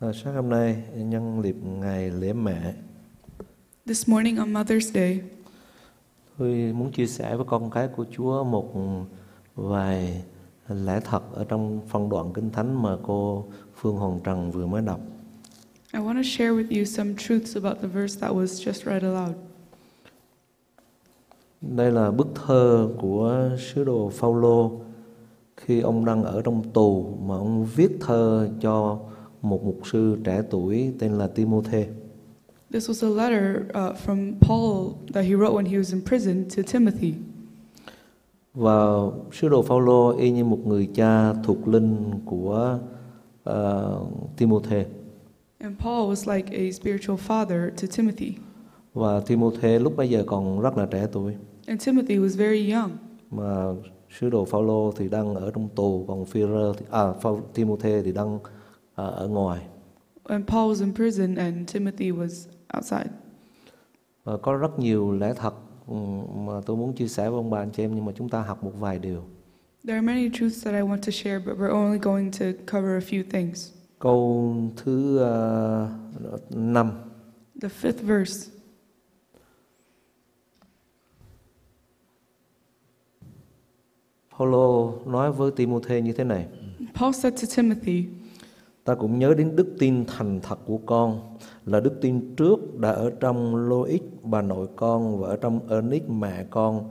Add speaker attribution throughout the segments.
Speaker 1: À, sáng hôm nay nhân dịp ngày lễ mẹ,
Speaker 2: This morning on Mother's Day,
Speaker 1: tôi muốn chia sẻ với con cái của Chúa một vài lẽ thật ở trong phân đoạn kinh thánh mà cô Phương Hồng Trần vừa mới đọc.
Speaker 2: I want to share with you some truths about the verse that was just read aloud.
Speaker 1: Đây là bức thơ của sứ đồ Phaolô khi ông đang ở trong tù mà ông viết thơ cho một mục sư trẻ tuổi tên là Timôthê.
Speaker 2: This was a letter uh, from Paul that he wrote when he was in prison to Timothy.
Speaker 1: Và sứ đồ Phaolô y như một người cha thuộc linh của uh, Timôthê.
Speaker 2: And Paul was like a spiritual father to Timothy.
Speaker 1: Và Timôthê lúc bấy giờ còn rất là trẻ tuổi
Speaker 2: And Timothy was very young,
Speaker 1: mà sứ đồ Phaolô thì đang ở trong tù còn Phêrô thì à Phao, Timôthê thì đang à, ở ngoài.
Speaker 2: and Paul was in prison, and Timothy was outside.
Speaker 1: Và có rất nhiều lẽ thật ừm, mà tôi muốn chia sẻ với ông bà anh chị em nhưng mà chúng ta học một vài điều.
Speaker 2: There are many truths that I want to share, but we're only going to cover a few things.
Speaker 1: Câu thứ à, 5
Speaker 2: The fifth verse
Speaker 1: Phaolô nói với Timôthê như thế này:
Speaker 2: Paul said to Timothy,
Speaker 1: Ta cũng nhớ đến đức tin thành thật của con là đức tin trước đã ở trong Loïc bà nội con và ở trong Ernix mẹ con.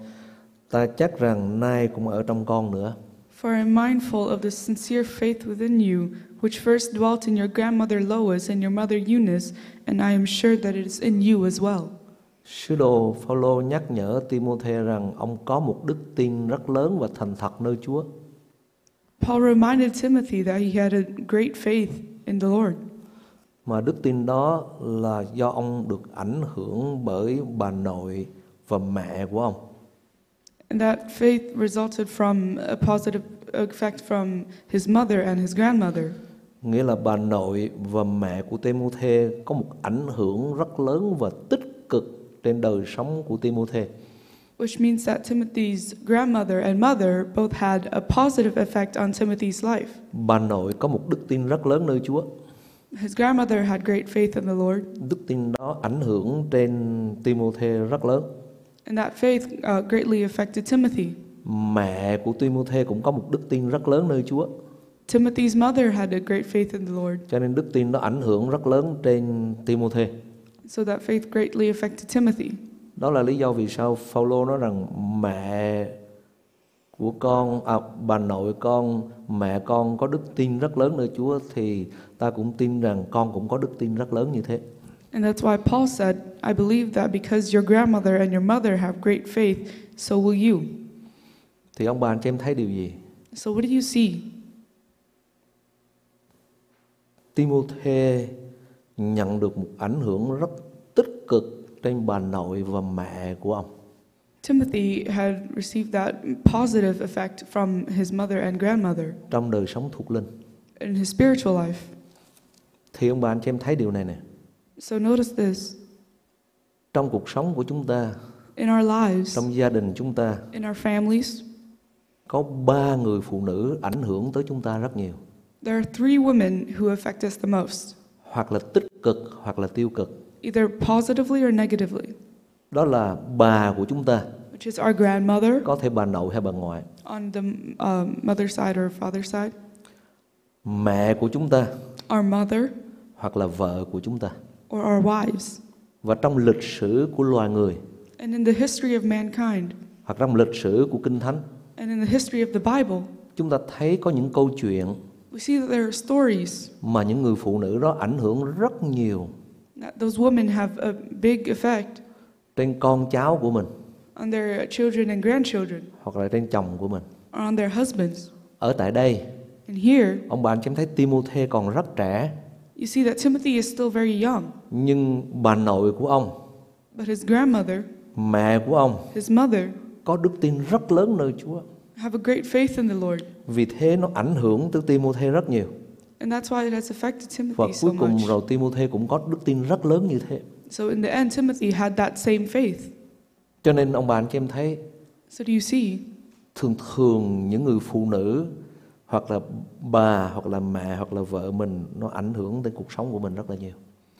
Speaker 1: Ta chắc rằng nay cũng ở trong con nữa.
Speaker 2: For I am mindful of the sincere faith within you, which first dwelt in your grandmother Lois and your mother Eunice, and I am sure that it is in you as well.
Speaker 1: Sứ đồ Phaolô nhắc nhở Timôthê rằng ông có một đức tin rất lớn và thành thật nơi Chúa.
Speaker 2: Paul reminded Timothy that he had a great faith in the Lord,
Speaker 1: Mà đức tin đó là do ông được ảnh hưởng bởi bà nội và mẹ của ông.
Speaker 2: and that faith resulted from a positive effect from his mother and his grandmother.
Speaker 1: Nghĩa là bà nội và mẹ của Timôthê có một ảnh hưởng rất lớn và tích cực trên đời sống của Timôthê.
Speaker 2: Which means that Timothy's grandmother and mother both had a positive effect on Timothy's life.
Speaker 1: Bà nội có một đức tin rất lớn nơi Chúa.
Speaker 2: His grandmother had great faith in the Lord,
Speaker 1: Đức tin đó ảnh hưởng trên Timôthê rất lớn.
Speaker 2: and that faith uh, greatly affected Timothy.
Speaker 1: Mẹ của Timôthê cũng có một đức tin rất lớn nơi Chúa.
Speaker 2: Timothy's mother had a great faith in the Lord,
Speaker 1: Cho nên đức tin nó ảnh hưởng rất lớn trên Timôthê.
Speaker 2: so that faith greatly affected Timothy.
Speaker 1: Đó là lý do vì sao Phaolô nói rằng mẹ của con, à, bà nội con, mẹ con có đức tin rất lớn nơi Chúa thì ta cũng tin rằng con cũng có đức tin rất lớn như thế.
Speaker 2: And that's why Paul said, I believe that because your grandmother and your mother have great faith, so will you.
Speaker 1: Thì ông bà anh chị em thấy điều gì?
Speaker 2: So, what do you see?
Speaker 1: Timôthê nhận được một ảnh hưởng rất tích cực trên bà nội và mẹ của ông.
Speaker 2: Timothy had received that positive effect from his mother and grandmother
Speaker 1: trong đời sống thuộc linh
Speaker 2: in his spiritual life.
Speaker 1: thì ông bà anh chị em thấy điều này nè
Speaker 2: So, notice this
Speaker 1: trong cuộc sống của chúng ta
Speaker 2: in our lives,
Speaker 1: trong gia đình chúng ta
Speaker 2: in our families,
Speaker 1: có ba người phụ nữ ảnh hưởng tới chúng ta rất nhiều
Speaker 2: there are three women who affect us the most,
Speaker 1: hoặc là tích cực hoặc là tiêu cực
Speaker 2: either positively or negatively,
Speaker 1: đó là bà của chúng ta
Speaker 2: which is our grandmother.
Speaker 1: có thể bà nội hay bà ngoại
Speaker 2: on the um, mother's side or father's side,
Speaker 1: mẹ của chúng ta
Speaker 2: our mother
Speaker 1: hoặc là vợ của chúng ta
Speaker 2: or our wives.
Speaker 1: và trong lịch sử của loài người
Speaker 2: And in the history of mankind
Speaker 1: hoặc trong lịch sử của kinh thánh
Speaker 2: and in the history of the Bible,
Speaker 1: chúng ta thấy có những câu chuyện
Speaker 2: we see that there are stories
Speaker 1: mà những người phụ nữ đó ảnh hưởng rất nhiều
Speaker 2: that those women have a big effect
Speaker 1: trên con cháu của mình
Speaker 2: on their children and grandchildren
Speaker 1: hoặc là trên chồng của mình
Speaker 2: or on their husbands.
Speaker 1: ở tại đây
Speaker 2: And here,
Speaker 1: Ông bà anh chị em thấy Timôthê còn rất trẻ
Speaker 2: you see that Timothy is still very young,
Speaker 1: Nhưng bà nội của ông,
Speaker 2: but his grandmother,
Speaker 1: mẹ của ông
Speaker 2: his mother,
Speaker 1: có đức tin rất lớn nơi Chúa
Speaker 2: have a great faith in the Lord.
Speaker 1: Vì thế nó ảnh hưởng tới Timôthê rất nhiều
Speaker 2: And that's why it has affected
Speaker 1: Và
Speaker 2: Timothy so
Speaker 1: cuối cùng
Speaker 2: much.
Speaker 1: rồi Timôthê cũng có đức tin rất lớn như thế
Speaker 2: So in the end, Timothy had that same faith.
Speaker 1: Cho nên ông bà anh chị em thấy
Speaker 2: So do you see
Speaker 1: Thường thường những người phụ nữ hoặc là bà hoặc là mẹ hoặc là vợ mình nó ảnh hưởng tới cuộc sống của mình rất là nhiều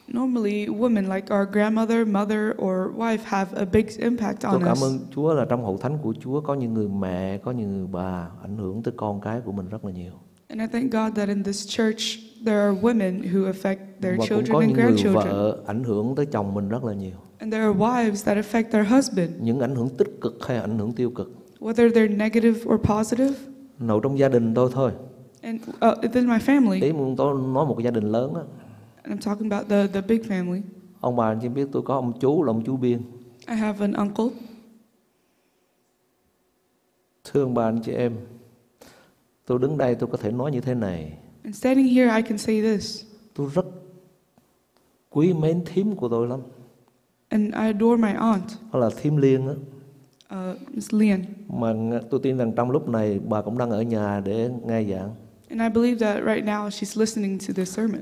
Speaker 2: Normally, women like our grandmother, mother, or wife have a big impact
Speaker 1: tôi
Speaker 2: on
Speaker 1: cảm
Speaker 2: us.
Speaker 1: ơn Chúa là trong hậu thánh của Chúa có những người mẹ có những người bà ảnh hưởng tới con cái của mình rất là nhiều
Speaker 2: And I thank God that in this church there are women who affect their
Speaker 1: và cũng
Speaker 2: children
Speaker 1: có
Speaker 2: and
Speaker 1: những người
Speaker 2: grandchildren.
Speaker 1: vợ ảnh hưởng tới chồng mình rất là nhiều
Speaker 2: And there are wives that affect their husband,
Speaker 1: những ảnh hưởng tích cực hay ảnh hưởng tiêu cực
Speaker 2: whether they're negative or positive.
Speaker 1: nằm trong gia đình tôi thôi
Speaker 2: And uh, within my family,
Speaker 1: ý muốn tôi nói một gia đình lớn á
Speaker 2: and I'm talking about the, the big family,
Speaker 1: ông bà anh chị biết tôi có ông chú là ông chú Biên
Speaker 2: I have an uncle.
Speaker 1: thương bà anh chị em tôi đứng đây tôi có thể nói như thế này
Speaker 2: And standing here, I can say this.
Speaker 1: tôi rất quý mến thím của tôi lắm
Speaker 2: And I adore my aunt,
Speaker 1: đó là thím Liên á
Speaker 2: uh, Miss Lian.
Speaker 1: mà ng- tôi tin rằng trong lúc này bà cũng đang ở nhà để nghe giảng
Speaker 2: And I believe that right now she's listening to this sermon.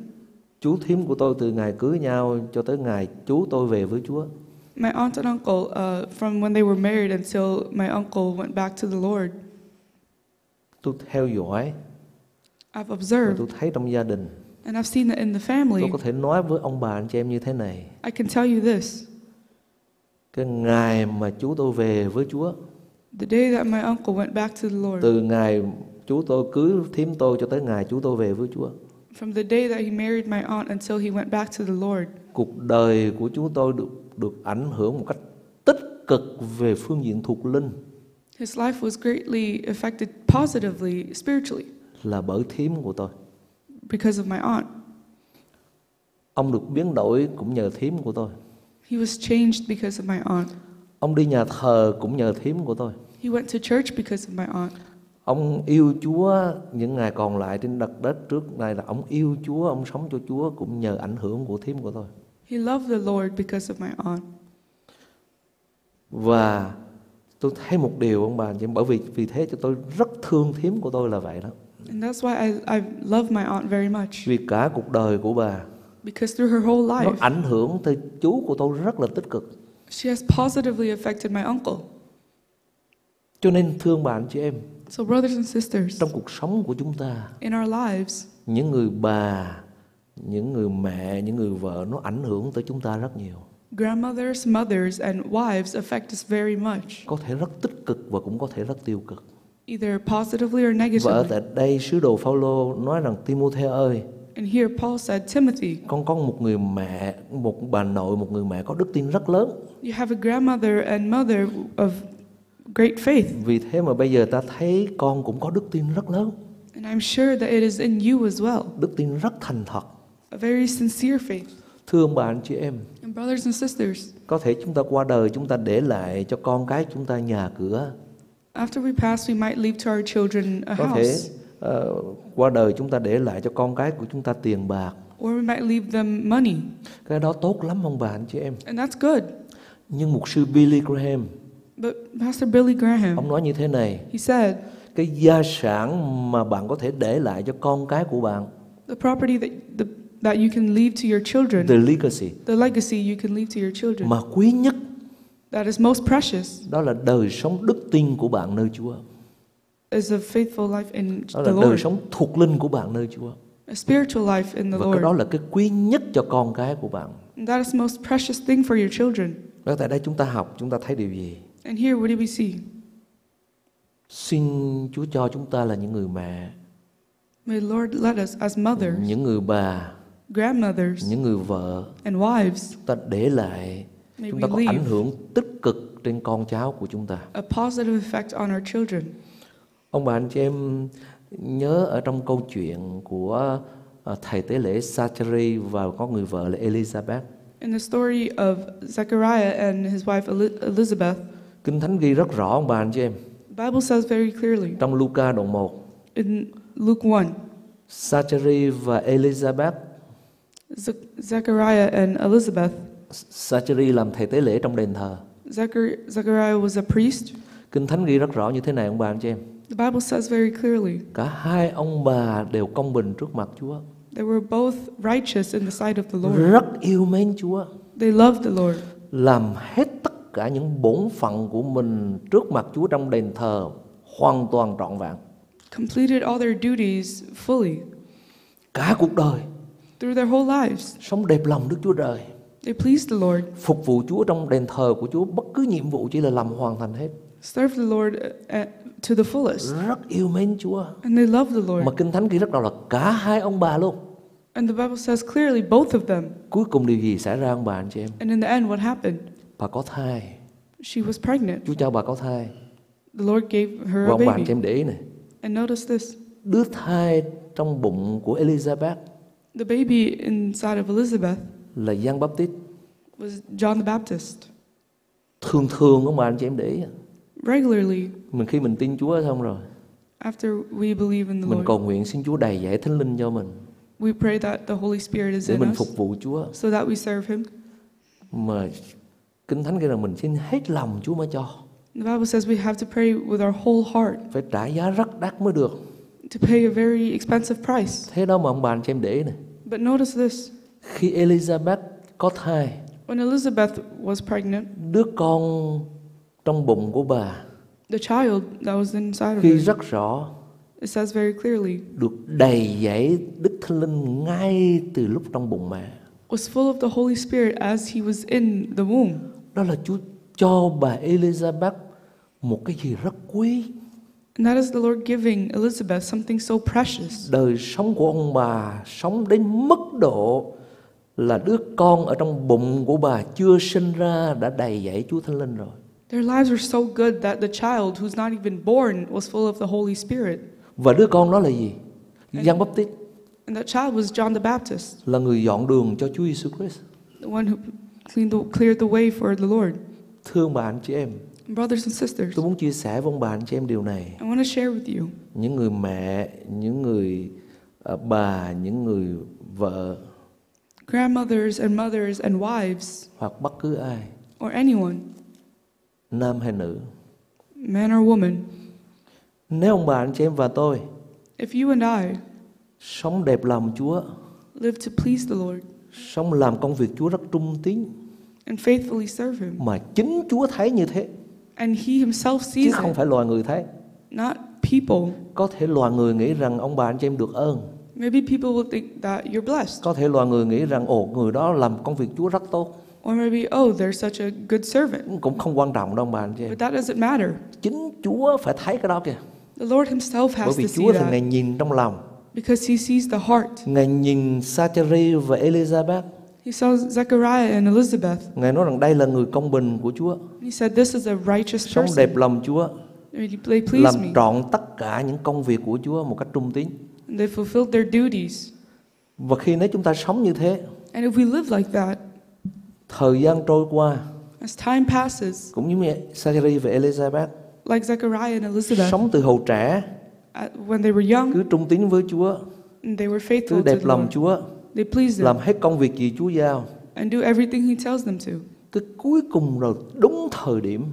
Speaker 1: chú thím của tôi từ ngày cưới nhau cho tới ngày chú tôi về với Chúa
Speaker 2: My aunt and uncle, uh, from when they were married until my uncle went back to the Lord,
Speaker 1: tôi theo dõi
Speaker 2: I've
Speaker 1: và
Speaker 2: observed
Speaker 1: tôi thấy trong gia đình
Speaker 2: and I've seen that in the
Speaker 1: tôi
Speaker 2: family.
Speaker 1: có thể nói với ông bà anh chị em như thế này
Speaker 2: I can tell you this
Speaker 1: cái ngày mà chú tôi về với Chúa
Speaker 2: the day that my uncle went back to the Lord,
Speaker 1: từ ngày chú tôi cưới thím tôi cho tới ngày chú tôi về với Chúa
Speaker 2: from the day that he married my aunt until he went back to the Lord,
Speaker 1: cuộc đời của chúng tôi được được ảnh hưởng một cách tích cực về phương diện thuộc linh
Speaker 2: his life was greatly affected positively, spiritually,
Speaker 1: là bởi thím của tôi
Speaker 2: because of my aunt.
Speaker 1: ông được biến đổi cũng nhờ thím của tôi
Speaker 2: He was changed because of my aunt.
Speaker 1: ông đi nhà thờ cũng nhờ thím của tôi
Speaker 2: He went to church because of my aunt.
Speaker 1: ông yêu chúa những ngày còn lại trên đất đất trước này là ông yêu chúa ông sống cho chúa cũng nhờ ảnh hưởng của thím của tôi
Speaker 2: He loved the Lord because of my aunt.
Speaker 1: và tôi thấy một điều ông bà anh chị em, bởi vì vì thế cho tôi rất thương thím của tôi là vậy đó
Speaker 2: And that's why I, I love my aunt very much.
Speaker 1: vì cả cuộc đời của bà
Speaker 2: Because through her whole
Speaker 1: nó
Speaker 2: life,
Speaker 1: ảnh hưởng tới chú của tôi rất là tích cực
Speaker 2: she has positively affected my uncle.
Speaker 1: Cho nên thương bà anh chị em,
Speaker 2: So, brothers and sisters,
Speaker 1: trong cuộc sống của chúng ta,
Speaker 2: in our lives,
Speaker 1: những người bà, những người mẹ, những người vợ nó ảnh hưởng tới chúng ta rất nhiều.
Speaker 2: grandmothers, mothers, and wives affect us very much,
Speaker 1: Có thể rất tích cực và cũng có thể rất tiêu cực.
Speaker 2: either positively
Speaker 1: Và ở
Speaker 2: or negatively.
Speaker 1: tại đây sứ đồ Phaolô nói rằng Timôthée ơi,
Speaker 2: And here Paul said, Timothy,
Speaker 1: con có một người mẹ, một bà nội, một người mẹ có đức tin rất lớn.
Speaker 2: you have a grandmother and mother of great faith,
Speaker 1: Vì thế mà bây giờ ta thấy con cũng có đức tin rất lớn,
Speaker 2: and I'm sure that it is in you as well,
Speaker 1: đức tin rất thành thật.
Speaker 2: a very sincere faith.
Speaker 1: Thưa ông bà anh chị em,
Speaker 2: And brothers and sisters,
Speaker 1: có thể chúng ta qua đời chúng ta để lại cho con cái chúng ta nhà cửa,
Speaker 2: after we pass, we might leave to our children a
Speaker 1: có thể
Speaker 2: house,
Speaker 1: ờ, qua đời chúng ta để lại cho con cái của chúng ta tiền bạc
Speaker 2: or we might leave them money,
Speaker 1: cái đó tốt lắm ông bà anh chị em
Speaker 2: and that's good.
Speaker 1: nhưng mục sư Billy Graham
Speaker 2: But Pastor Billy Graham,
Speaker 1: ông nói như thế này
Speaker 2: he said,
Speaker 1: cái gia sản mà bạn có thể để lại cho con cái của bạn
Speaker 2: the property that, the, that you can leave to your children
Speaker 1: the legacy
Speaker 2: The legacy you can leave to your children
Speaker 1: mà quý nhất
Speaker 2: that is most precious
Speaker 1: đó là đời sống đức tin của bạn nơi Chúa
Speaker 2: is a faithful life in
Speaker 1: đó là
Speaker 2: the
Speaker 1: đời
Speaker 2: Lord,
Speaker 1: sống thuộc linh của bạn nơi Chúa
Speaker 2: a spiritual life in the
Speaker 1: và cái đó
Speaker 2: Lord.
Speaker 1: là cái quý nhất cho con cái của bạn
Speaker 2: And that is the most precious thing for your children.
Speaker 1: đó tại đây chúng ta học chúng ta thấy điều gì
Speaker 2: And here, what do we see?
Speaker 1: xin Chúa cho chúng ta là những người mẹ
Speaker 2: May the Lord let us, as mothers,
Speaker 1: những người bà
Speaker 2: grandmothers,
Speaker 1: những người vợ
Speaker 2: and wives,
Speaker 1: chúng ta để lại
Speaker 2: may
Speaker 1: chúng
Speaker 2: we
Speaker 1: ta có ảnh
Speaker 2: leave
Speaker 1: hưởng tích cực trên con cháu của chúng ta
Speaker 2: a positive effect on our children.
Speaker 1: ông bà anh chị em nhớ ở trong câu chuyện của à, thầy tế lễ Sacheri và có người vợ là Elizabeth
Speaker 2: In the story of Zechariah and his wife Eli- Elizabeth,
Speaker 1: kinh thánh ghi rất rõ ông bà anh chị em
Speaker 2: the Bible says very clearly
Speaker 1: trong Luca đoạn 1
Speaker 2: in Luke 1
Speaker 1: Sacheri và Elizabeth
Speaker 2: Ze- Zechariah and Elizabeth.
Speaker 1: Sacheri làm thầy tế lễ trong đền thờ
Speaker 2: Zechar- Zechariah was a priest.
Speaker 1: kinh thánh ghi rất rõ như thế này ông bà anh chị em
Speaker 2: The Bible says very clearly
Speaker 1: cả hai ông bà đều công bình trước mặt Chúa
Speaker 2: they were both righteous in the sight of the Lord.
Speaker 1: rất yêu mến Chúa
Speaker 2: They loved the Lord.
Speaker 1: làm hết tất cả những bổn phận của mình trước mặt Chúa trong đền thờ hoàn toàn trọn vẹn.
Speaker 2: completed all their duties fully
Speaker 1: cả cuộc đời
Speaker 2: through their whole lives.
Speaker 1: sống đẹp lòng Đức Chúa Trời
Speaker 2: They pleased the Lord,
Speaker 1: phục vụ Chúa trong đền thờ của Chúa bất cứ nhiệm vụ chỉ là làm hoàn thành hết
Speaker 2: served the Lord uh, uh, to the fullest,
Speaker 1: rất yêu mến Chúa
Speaker 2: and they loved the Lord.
Speaker 1: mà kinh thánh ghi rất rõ là cả hai ông bà luôn
Speaker 2: And the Bible says clearly both of them.
Speaker 1: cuối cùng điều gì xảy ra ông bà anh chị em
Speaker 2: And in the end, what happened?
Speaker 1: bà có thai
Speaker 2: She was pregnant.
Speaker 1: Chúa cho bà có thai
Speaker 2: The Lord gave her
Speaker 1: và
Speaker 2: a
Speaker 1: ông bà anh chị
Speaker 2: baby.
Speaker 1: em để ý này
Speaker 2: And notice this
Speaker 1: đứa thai trong bụng của Elizabeth
Speaker 2: the baby inside of Elizabeth
Speaker 1: là Giăng Baptist
Speaker 2: was John the Baptist.
Speaker 1: thường thường ông bà anh chị em để ý
Speaker 2: Regularly,
Speaker 1: mình khi mình tin Chúa xong rồi
Speaker 2: after we believe in the
Speaker 1: mình
Speaker 2: Lord,
Speaker 1: cầu nguyện xin Chúa đầy dạy thánh linh cho mình
Speaker 2: we pray that the Holy Spirit is
Speaker 1: để
Speaker 2: in
Speaker 1: mình
Speaker 2: us
Speaker 1: phục vụ Chúa
Speaker 2: so that we serve Him.
Speaker 1: mà kinh thánh kêu rằng mình xin hết lòng Chúa mới cho
Speaker 2: The Bible says we have to pray with our whole heart
Speaker 1: phải trả giá rất đắt mới được
Speaker 2: to pay a very expensive price.
Speaker 1: thế đó mà ông bà anh chị em để ý này
Speaker 2: But notice this
Speaker 1: khi Elizabeth có thai
Speaker 2: when Elizabeth was pregnant,
Speaker 1: đứa con trong bụng của bà
Speaker 2: the child that was inside of
Speaker 1: khi
Speaker 2: her,
Speaker 1: rất rõ
Speaker 2: it says very clearly,
Speaker 1: được đầy dẫy Đức Thánh Linh ngay từ lúc trong bụng mẹ.
Speaker 2: was full of the Holy Spirit as he was in the womb.
Speaker 1: Đó là Chúa cho bà Elizabeth một cái gì rất quý.
Speaker 2: And that is the Lord giving Elizabeth something so precious.
Speaker 1: Đời sống của ông bà sống đến mức độ là đứa con ở trong bụng của bà chưa sinh ra đã đầy dẫy Chúa Thánh Linh rồi.
Speaker 2: Their lives were so good that the child, who's not even born, was full of the Holy Spirit.
Speaker 1: Và đứa con đó là gì? Giăng Baptist
Speaker 2: And that child was John the Baptist,
Speaker 1: là người dọn đường cho Chúa Giêsu Christ.
Speaker 2: the one who cleaned the, cleared the way for the Lord.
Speaker 1: Thương bà anh chị em,
Speaker 2: Brothers and sisters,
Speaker 1: tôi muốn chia sẻ với ông bà anh chị em điều này.
Speaker 2: I want to share with you
Speaker 1: những người mẹ những người ờ, bà những người vợ
Speaker 2: grandmothers and mothers and wives,
Speaker 1: hoặc bất cứ ai
Speaker 2: or anyone,
Speaker 1: nam hay nữ
Speaker 2: man or woman,
Speaker 1: nếu ông bà anh chị em và tôi
Speaker 2: if you and I
Speaker 1: sống đẹp lòng Chúa
Speaker 2: live to please the Lord
Speaker 1: sống làm công việc Chúa rất trung tín
Speaker 2: and faithfully serve Him,
Speaker 1: mà chính Chúa thấy như thế
Speaker 2: and He Himself
Speaker 1: chứ
Speaker 2: sees
Speaker 1: không
Speaker 2: it,
Speaker 1: phải loài người thấy
Speaker 2: not people.
Speaker 1: có thể loài người nghĩ rằng ông bà anh chị em được ơn
Speaker 2: Maybe people will think that you're blessed,
Speaker 1: có thể loài người nghĩ rằng ồ người đó làm công việc Chúa rất tốt
Speaker 2: or maybe, oh, they're such a good servant.
Speaker 1: cũng không quan trọng đâu ông bà anh chị em
Speaker 2: But that doesn't matter.
Speaker 1: chính Chúa phải thấy cái đó kìa
Speaker 2: The Lord Himself
Speaker 1: bởi
Speaker 2: has
Speaker 1: vì
Speaker 2: to see
Speaker 1: Chúa thì ngài
Speaker 2: that
Speaker 1: nhìn trong lòng
Speaker 2: because He sees the heart.
Speaker 1: Ngài nhìn Sacheri và Elizabeth
Speaker 2: He saw Zechariah and Elizabeth.
Speaker 1: Ngài nói rằng đây là người công bình của Chúa
Speaker 2: He said, This is a righteous
Speaker 1: Sống
Speaker 2: person.
Speaker 1: đẹp lòng Chúa
Speaker 2: They pleased
Speaker 1: Làm
Speaker 2: me.
Speaker 1: trọn tất cả những công việc của Chúa một cách trung tín
Speaker 2: And they fulfilled their duties.
Speaker 1: Và khi nếu chúng ta sống như thế
Speaker 2: And if we live like that,
Speaker 1: Thời gian trôi qua
Speaker 2: as time passes,
Speaker 1: Cũng như mẹ Sacheri và Elizabeth
Speaker 2: like Zechariah and Elizabeth,
Speaker 1: Sống từ hầu trẻ
Speaker 2: at, when they were young,
Speaker 1: Cứ trung tín với Chúa
Speaker 2: and they were
Speaker 1: Cứ
Speaker 2: faithful to
Speaker 1: đẹp
Speaker 2: the
Speaker 1: lòng
Speaker 2: Lord.
Speaker 1: Chúa
Speaker 2: They pleased Him
Speaker 1: Làm hết công việc gì Chúa giao
Speaker 2: and do everything He tells them to
Speaker 1: Tới cuối cùng rồi đúng thời điểm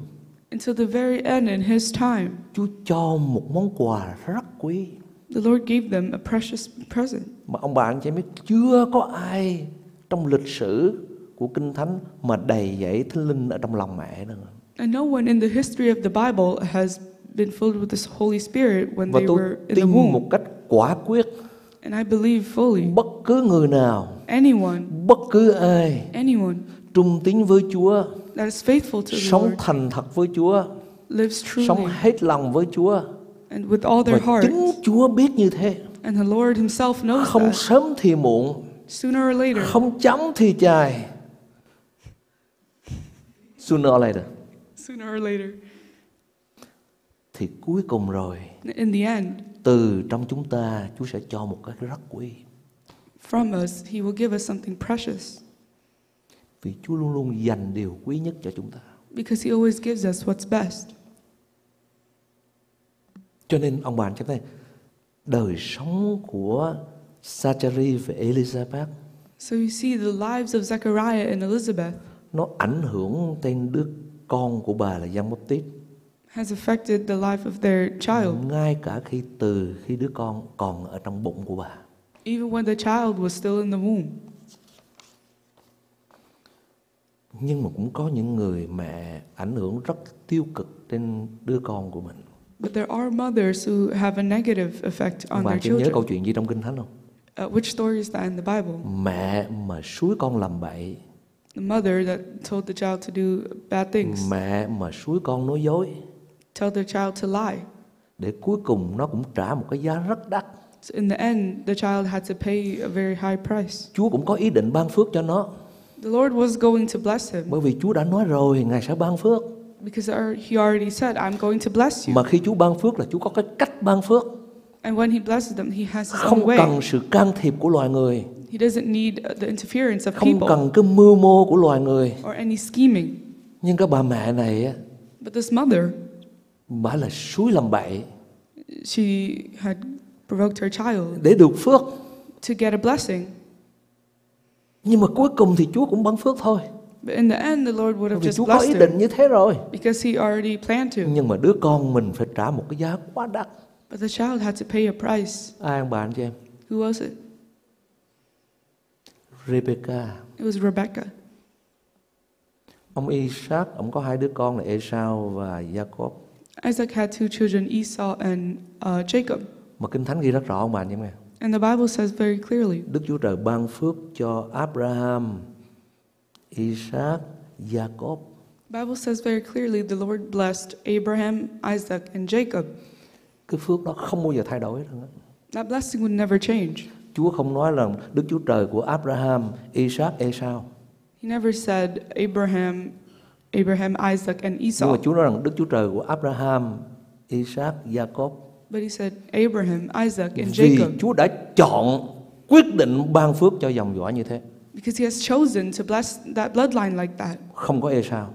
Speaker 2: until the very end in His time.
Speaker 1: Chúa cho một món quà rất quý
Speaker 2: The Lord gave them a precious present.
Speaker 1: mà ông bà anh chị em biết chưa có ai trong lịch sử của kinh thánh mà đầy dẫy thánh linh ở trong lòng mẹ nữa
Speaker 2: And no one in the history of the Bible has been filled with this Holy Spirit when
Speaker 1: và
Speaker 2: they
Speaker 1: tôi
Speaker 2: were in the
Speaker 1: tin
Speaker 2: womb.
Speaker 1: một cách quả quyết
Speaker 2: And I believe fully
Speaker 1: bất cứ người nào
Speaker 2: anyone,
Speaker 1: bất cứ ai
Speaker 2: anyone
Speaker 1: trung tín với Chúa
Speaker 2: that is faithful to the
Speaker 1: sống
Speaker 2: Lord
Speaker 1: thành thật với Chúa
Speaker 2: lives
Speaker 1: sống
Speaker 2: truly
Speaker 1: hết lòng với Chúa
Speaker 2: and with all their
Speaker 1: và
Speaker 2: heart.
Speaker 1: chính Chúa biết như thế
Speaker 2: And the Lord Himself knows
Speaker 1: không
Speaker 2: that.
Speaker 1: sớm thì muộn
Speaker 2: Sooner or later,
Speaker 1: không chấm thì chài sooner or later
Speaker 2: sooner or later,
Speaker 1: thì cuối cùng rồi
Speaker 2: in the end,
Speaker 1: từ trong chúng ta Chúa sẽ cho một cái rất quý
Speaker 2: from us, He will give us something precious
Speaker 1: vì Chúa luôn luôn dành điều quý nhất cho chúng ta
Speaker 2: because He always gives us what's best.
Speaker 1: cho nên ông bà anh chị thấy đời sống của Sacheri và Elizabeth
Speaker 2: So you see, the lives of Zechariah and Elizabeth
Speaker 1: nó ảnh hưởng tên đứa con của bà là Giăng Bóp Tít
Speaker 2: has affected the life of their child,
Speaker 1: ngay cả khi từ khi đứa con còn ở trong bụng của bà
Speaker 2: even when the child was still in the womb.
Speaker 1: nhưng mà cũng có những người mẹ ảnh hưởng rất tiêu cực trên đứa con của mình
Speaker 2: But there are mothers who have a negative effect on
Speaker 1: Và
Speaker 2: their
Speaker 1: chị nhớ câu
Speaker 2: children.
Speaker 1: chuyện gì trong Kinh Thánh không?
Speaker 2: Uh, which story is that in the Bible?
Speaker 1: Mẹ mà suối con làm bậy,
Speaker 2: The mother that told the child to do bad things,
Speaker 1: mẹ mà suối con nói dối,
Speaker 2: tell their child to lie.
Speaker 1: để cuối cùng nó cũng trả một cái giá rất đắt.
Speaker 2: So in the end, the child had to pay a very high price.
Speaker 1: Chúa cũng có ý định ban phước cho nó,
Speaker 2: The Lord was going to bless him
Speaker 1: bởi vì Chúa đã nói rồi Ngài sẽ ban phước.
Speaker 2: because our- he already said, I'm going to bless you.
Speaker 1: Mà khi Chúa ban phước là Chúa có cái cách ban phước,
Speaker 2: And when he blesses them, he has his own
Speaker 1: không
Speaker 2: way.
Speaker 1: cần sự can thiệp của loài người,
Speaker 2: He doesn't need uh, the interference of
Speaker 1: không
Speaker 2: people
Speaker 1: cần cái mưu mô của loài người.
Speaker 2: or any scheming.
Speaker 1: Nhưng cái bà mẹ này á,
Speaker 2: But this mother,
Speaker 1: bả là suối làm bậy
Speaker 2: she had provoked her child
Speaker 1: để được phước.
Speaker 2: to get a blessing.
Speaker 1: Nhưng mà cuối cùng thì Chúa cũng ban phước thôi.
Speaker 2: But in the end, the Lord would
Speaker 1: Bởi
Speaker 2: have
Speaker 1: Vì
Speaker 2: just
Speaker 1: Chúa có
Speaker 2: blessed
Speaker 1: ý
Speaker 2: her
Speaker 1: định như thế rồi.
Speaker 2: because he already planned to.
Speaker 1: Nhưng mà đứa con mình phải trả một cái giá quá đắt.
Speaker 2: But the child had to pay a price.
Speaker 1: Ai ông bà anh chị em?
Speaker 2: Who was it?
Speaker 1: Rebecca.
Speaker 2: It was Rebecca.
Speaker 1: Ông Isaac, ông có hai đứa con là Esau và Jacob.
Speaker 2: Isaac had two children, Esau and uh, Jacob.
Speaker 1: Mà Kinh Thánh ghi rất rõ ông bà anh chị em nghe.
Speaker 2: And the Bible says very clearly
Speaker 1: Đức Chúa Trời ban phước cho Abraham, Isaac, Jacob.
Speaker 2: the Bible says very clearly the Lord blessed Abraham, Isaac, and Jacob.
Speaker 1: Cái phước đó không bao giờ thay đổi nữa.
Speaker 2: That blessing would never change.
Speaker 1: Chúa không nói là Đức Chúa Trời của Abraham, Isaac, Esau.
Speaker 2: He never said Abraham, Abraham, Isaac, and
Speaker 1: Nhưng mà
Speaker 2: Esau,
Speaker 1: Chúa nói rằng Đức Chúa Trời của Abraham, Isaac, Jacob
Speaker 2: but he said Abraham, Isaac, and
Speaker 1: vì
Speaker 2: Jacob
Speaker 1: Chúa đã chọn quyết định ban phước cho dòng dõi như thế.
Speaker 2: because he has chosen to bless that bloodline like that.
Speaker 1: Không có Esau.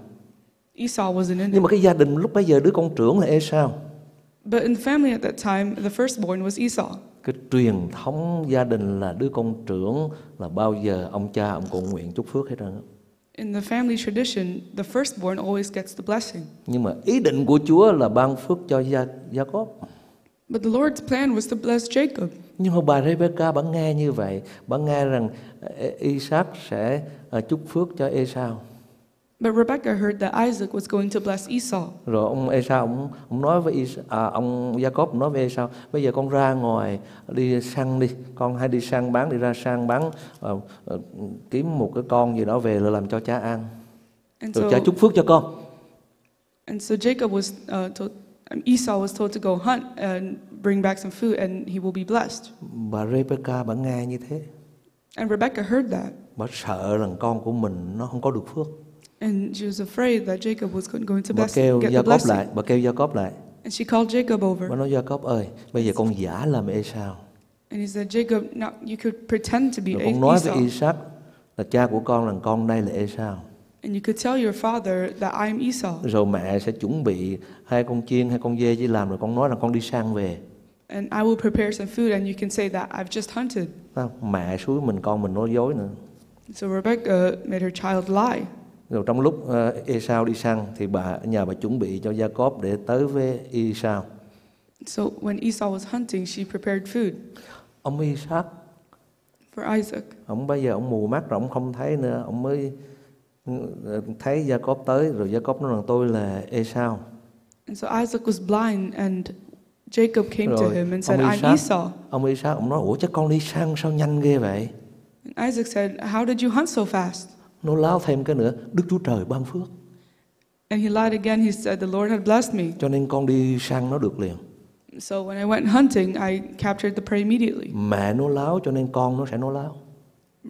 Speaker 2: Esau wasn't in
Speaker 1: Nhưng
Speaker 2: it.
Speaker 1: mà cái gia đình lúc bấy giờ đứa con trưởng là Esau.
Speaker 2: But in the family at that time, the firstborn was Esau.
Speaker 1: Cái truyền thống gia đình là đứa con trưởng là bao giờ ông cha ông cũng nguyện chúc phước hết trơn. á.
Speaker 2: In the family tradition, the firstborn always gets the blessing.
Speaker 1: Nhưng mà ý định của Chúa là ban phước cho gia Jacob.
Speaker 2: But the Lord's plan was to bless Jacob.
Speaker 1: Nhưng mà bà Rebecca bà nghe như vậy, bà nghe rằng ờ, Isaac sẽ ờ, chúc phước cho Esau.
Speaker 2: But Rebekah heard that Isaac was going to bless Esau.
Speaker 1: rồi ông Esau ông, ông nói với Is, à, ông Jacob ông nói với Esau bây giờ con ra ngoài đi săn đi con hãy đi săn bán đi ra săn bán ờ, ờ, kiếm một cái con gì đó về rồi làm cho cha ăn
Speaker 2: And
Speaker 1: rồi cha
Speaker 2: so,
Speaker 1: chúc phước cho con
Speaker 2: and so Jacob was uh, told, um, Esau was told to go hunt and bring back some food, and he will be blessed.
Speaker 1: bà Rebecca bà nghe như thế
Speaker 2: And Rebekah heard that,
Speaker 1: bà sợ rằng con của mình nó không có được phước
Speaker 2: and she was afraid that Jacob was go- going
Speaker 1: bà
Speaker 2: to bless,
Speaker 1: kêu
Speaker 2: get the
Speaker 1: Jacob
Speaker 2: blessing.
Speaker 1: lại bà kêu Jacob lại
Speaker 2: And she called Jacob
Speaker 1: bà
Speaker 2: over,
Speaker 1: nói Jacob ơi bây giờ con giả làm Esau
Speaker 2: and he said, Jacob, now you could pretend to be
Speaker 1: rồi con
Speaker 2: A-
Speaker 1: nói với
Speaker 2: Esau,
Speaker 1: Isaac là cha của con rằng con đây là Esau
Speaker 2: and you could tell your father that I am Esau,
Speaker 1: rồi mẹ sẽ chuẩn bị hai con chiên hai con dê chỉ làm rồi con nói là con đi săn về
Speaker 2: and I will prepare some food, and you can say that I've just hunted.
Speaker 1: Phải không? mẹ suối mình con mình nói dối nữa
Speaker 2: So Rebekah made her child lie.
Speaker 1: rồi trong lúc uh, Esau đi săn thì bà ở nhà bà chuẩn bị cho Jacob để tới với Esau
Speaker 2: So when Esau was hunting, she prepared food
Speaker 1: ông Isaac
Speaker 2: for Isaac.
Speaker 1: ông bây giờ ông mù mắt rồi ông không thấy nữa ông mới ừ, thấy Jacob tới rồi Jacob nói rằng tôi là Esau
Speaker 2: And so Isaac was blind, and Jacob came to
Speaker 1: Rồi,
Speaker 2: him and
Speaker 1: ông
Speaker 2: said, I'm
Speaker 1: Isaac-
Speaker 2: Esau.
Speaker 1: ông Isaac ông nói ủa chắc con đi săn sao nhanh ghê vậy
Speaker 2: And Isaac said, How did you hunt so fast?
Speaker 1: nó láo thêm cái nữa Đức Chúa Trời ban phước
Speaker 2: And he lied again. He said, The Lord had blessed me.
Speaker 1: cho nên con đi săn nó được liền
Speaker 2: So when I went hunting, I captured the prey immediately.
Speaker 1: mẹ nó láo cho nên con nó sẽ nó láo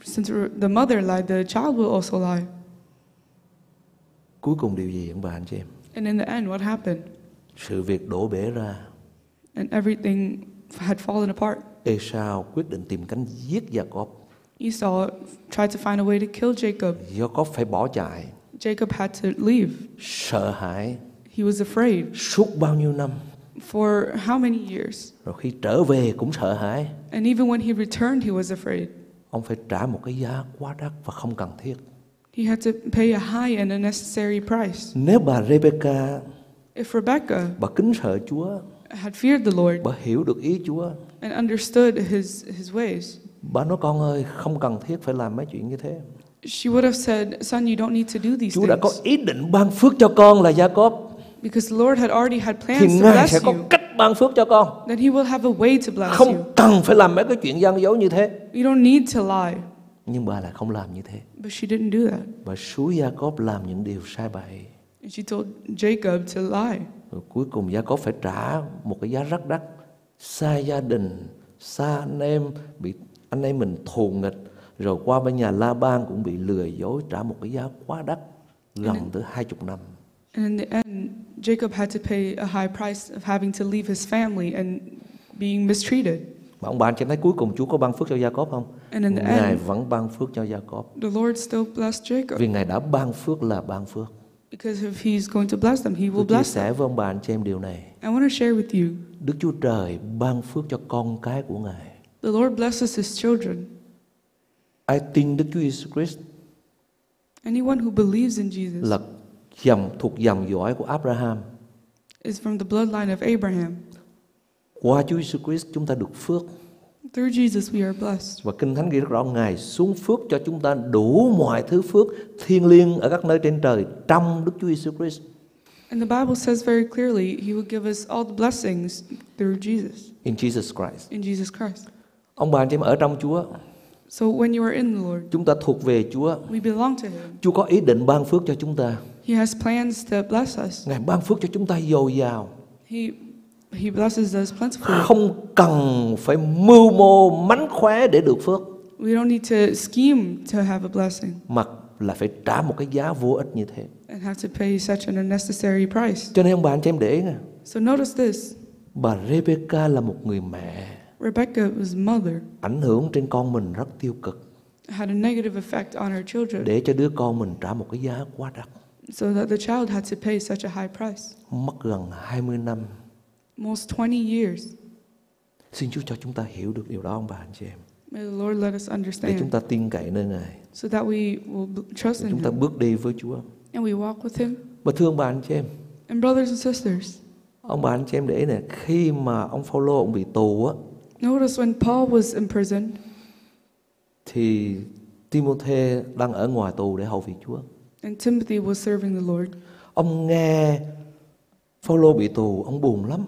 Speaker 2: Since re- the mother lied, the child will also lie.
Speaker 1: cuối cùng điều gì ông bà anh chị em
Speaker 2: And in the end, what happened?
Speaker 1: sự việc đổ bể ra
Speaker 2: And everything f- had fallen apart.
Speaker 1: Esau quyết định tìm cách giết Jacob
Speaker 2: Esau tried to find a way to kill Jacob.
Speaker 1: Jacob phải bỏ chạy
Speaker 2: Jacob had to leave.
Speaker 1: sợ hãi
Speaker 2: He was afraid.
Speaker 1: suốt bao nhiêu năm
Speaker 2: for how many years?
Speaker 1: rồi khi trở về cũng sợ hãi
Speaker 2: And even when he returned, he was afraid.
Speaker 1: ông phải trả một cái giá quá đắt và không cần thiết
Speaker 2: He had to pay a high and unnecessary price.
Speaker 1: nếu bà Rebecca
Speaker 2: If Rebecca
Speaker 1: bà kính sợ Chúa
Speaker 2: had feared the Lord
Speaker 1: bà hiểu được ý Chúa
Speaker 2: and understood his, his ways,
Speaker 1: bà nói con ơi không cần thiết phải làm mấy chuyện như thế
Speaker 2: she would have said, Son, you don't need to do these
Speaker 1: Chúa đã có
Speaker 2: things.
Speaker 1: ý định ban phước cho con là Jacob
Speaker 2: because the Lord had already had
Speaker 1: thì
Speaker 2: plans to
Speaker 1: Ngài sẽ
Speaker 2: bless
Speaker 1: có
Speaker 2: you,
Speaker 1: cách ban phước cho con.
Speaker 2: then He will have a way to bless
Speaker 1: Không
Speaker 2: you.
Speaker 1: cần phải làm mấy cái chuyện gian dối như thế.
Speaker 2: You don't need to lie.
Speaker 1: Nhưng bà lại không làm như thế.
Speaker 2: But she didn't do that.
Speaker 1: Bà suối Gia Cốp làm những điều sai bậy.
Speaker 2: And she told Jacob to lie.
Speaker 1: Rồi cuối cùng Gia Cốp phải trả một cái giá rất đắt. Xa gia đình, xa anh em, bị anh em mình thù nghịch. Rồi qua bên nhà La Ban cũng bị lừa dối trả một cái giá quá đắt. Gần tới 20 năm.
Speaker 2: And in the end, Jacob had to pay a high price of having to leave his family and being mistreated.
Speaker 1: Mà ông bà anh chị thấy cuối cùng Chúa có ban phước cho Gia Cốp không?
Speaker 2: And in the
Speaker 1: Ngài
Speaker 2: end,
Speaker 1: vẫn ban phước cho Gia Cốp.
Speaker 2: the Lord still blessed Jacob
Speaker 1: Vì Ngài đã ban phước là ban phước.
Speaker 2: because if he's going to bless them, he will
Speaker 1: Tôi chia
Speaker 2: bless them.
Speaker 1: sẻ với ông bà anh chị em điều này.
Speaker 2: I want to share with you
Speaker 1: Đức Chúa Trời ban phước cho con cái của Ngài.
Speaker 2: the Lord blesses his children.
Speaker 1: Ai tin Đức Chúa Jesus Christ
Speaker 2: Anyone who believes in Jesus
Speaker 1: là dòng thuộc dòng dõi của Abraham.
Speaker 2: is from the bloodline of Abraham.
Speaker 1: Qua Chúa Jesus Christ chúng ta được phước
Speaker 2: Through Jesus, we are blessed.
Speaker 1: và Kinh Thánh ghi rất rõ Ngài xuống phước cho chúng ta đủ mọi thứ phước thiêng liêng ở các nơi trên trời trong Đức Chúa Jesus Christ.
Speaker 2: And the Bible says very clearly, he will give us all the blessings through Jesus,
Speaker 1: In Jesus Christ.
Speaker 2: in Jesus Christ.
Speaker 1: Ông bà anh chị em ở trong Chúa,
Speaker 2: So when you are in the Lord,
Speaker 1: chúng ta thuộc về Chúa.
Speaker 2: we belong to him.
Speaker 1: Chúa có ý định ban phước cho chúng ta.
Speaker 2: He has plans to bless us.
Speaker 1: Ngài ban phước cho chúng ta dồi dào.
Speaker 2: He he blesses us plentifully.
Speaker 1: Không cần phải mưu mô mánh khóe để được phước.
Speaker 2: We don't need to scheme to have a blessing
Speaker 1: Mà là phải trả một cái giá vô ích như thế.
Speaker 2: and have to pay such an unnecessary price.
Speaker 1: Cho nên ông bà anh chị em để ý nè.
Speaker 2: So notice this.
Speaker 1: Bà Rebecca là một người mẹ
Speaker 2: Rebecca was mother
Speaker 1: ảnh hưởng trên con mình rất tiêu cực
Speaker 2: had a negative effect on her children
Speaker 1: để cho đứa con mình trả một cái giá quá đắt
Speaker 2: so that the child had to pay such a high price.
Speaker 1: mất gần 20 năm
Speaker 2: Almost 20 years.
Speaker 1: xin Chúa cho chúng ta hiểu được điều đó ông bà anh chị em
Speaker 2: May the Lord let us
Speaker 1: để chúng
Speaker 2: understand
Speaker 1: ta tin cậy nơi Ngài
Speaker 2: so that we will b- trust
Speaker 1: để
Speaker 2: in
Speaker 1: chúng ta
Speaker 2: him
Speaker 1: bước đi với Chúa
Speaker 2: and we walk with him.
Speaker 1: và thương bà anh chị em
Speaker 2: And brothers and sisters,
Speaker 1: ông bà anh chị em để ý nè khi mà ông Phaolô ông bị tù á
Speaker 2: notice when Paul was imprisoned
Speaker 1: thì Timôthê đang ở ngoài tù để hầu việc Chúa
Speaker 2: and Timothy was serving the Lord,
Speaker 1: ông nghe Phaolô bị tù ông buồn lắm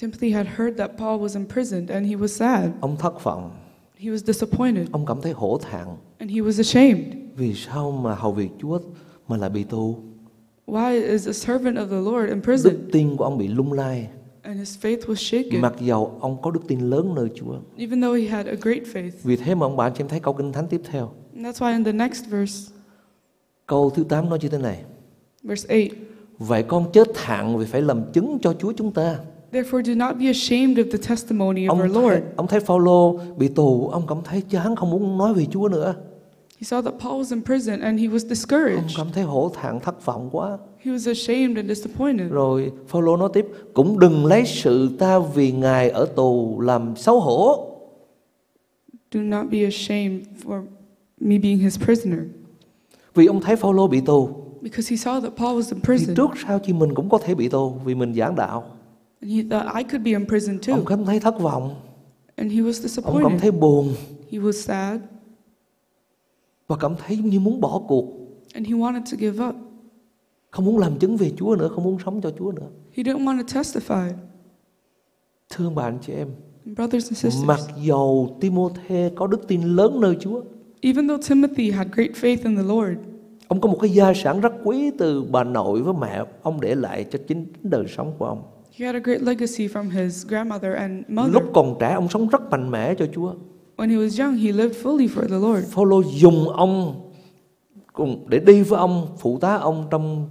Speaker 2: Timothy had heard that Paul was imprisoned and he was sad.
Speaker 1: ông thất vọng
Speaker 2: He was disappointed
Speaker 1: ông cảm thấy hổ thẹn
Speaker 2: and he was ashamed.
Speaker 1: vì sao mà hầu việc Chúa mà lại bị tù
Speaker 2: Why is a servant of the Lord imprisoned?
Speaker 1: đức tin của ông bị lung lay
Speaker 2: And his faith was shaken,
Speaker 1: mặc dầu ông có đức tin lớn nơi Chúa
Speaker 2: even though he had a great faith.
Speaker 1: vì thế mà ông bạn chị em thấy câu kinh thánh tiếp theo
Speaker 2: And that's why in the next verse,
Speaker 1: câu thứ 8 nói như thế này
Speaker 2: verse 8,
Speaker 1: vậy con chớ thẳng vì phải làm chứng cho Chúa chúng ta
Speaker 2: therefore do not be ashamed of the testimony of
Speaker 1: ông
Speaker 2: our
Speaker 1: thấy,
Speaker 2: Lord.
Speaker 1: ông thấy Phaolô bị tù ông cảm thấy chán không muốn nói về Chúa nữa
Speaker 2: He saw that Paul was in prison and he was
Speaker 1: ông
Speaker 2: discouraged.
Speaker 1: cảm thấy hổ thẹn thất vọng quá
Speaker 2: He was ashamed and disappointed.
Speaker 1: rồi Phaolô nói tiếp cũng đừng lấy sự ta vì ngài ở tù làm xấu hổ
Speaker 2: Do not be ashamed for me being his prisoner.
Speaker 1: vì ông thấy Phaolô bị tù
Speaker 2: Because he saw that Paul was in
Speaker 1: Thì
Speaker 2: prison
Speaker 1: trước sau chi mình cũng có thể bị tù vì mình giảng đạo.
Speaker 2: and he thought, I could be in prison too.
Speaker 1: Ông cảm thấy thất vọng,
Speaker 2: And he was
Speaker 1: ông cảm
Speaker 2: disappointed.
Speaker 1: thấy buồn
Speaker 2: He was sad
Speaker 1: và cảm thấy như muốn bỏ cuộc,
Speaker 2: and he wanted to give up.
Speaker 1: không muốn làm chứng về Chúa nữa, không muốn sống cho Chúa nữa.
Speaker 2: He didn't want to testify.
Speaker 1: Thương bạn chị em,
Speaker 2: And brothers and sisters,
Speaker 1: mặc dầu Timôthê có đức tin lớn nơi Chúa,
Speaker 2: even though Timothy had great faith in the Lord,
Speaker 1: ông có một cái gia sản rất quý từ bà nội với mẹ ông để lại cho chính đời sống của ông.
Speaker 2: he had a great legacy from his grandmother and mother.
Speaker 1: Lúc còn trẻ ông sống rất mạnh mẽ cho Chúa.
Speaker 2: When he was young, he lived fully for the Lord.
Speaker 1: Phaolô dùng ông cùng để đi với ông phụ tá ông trong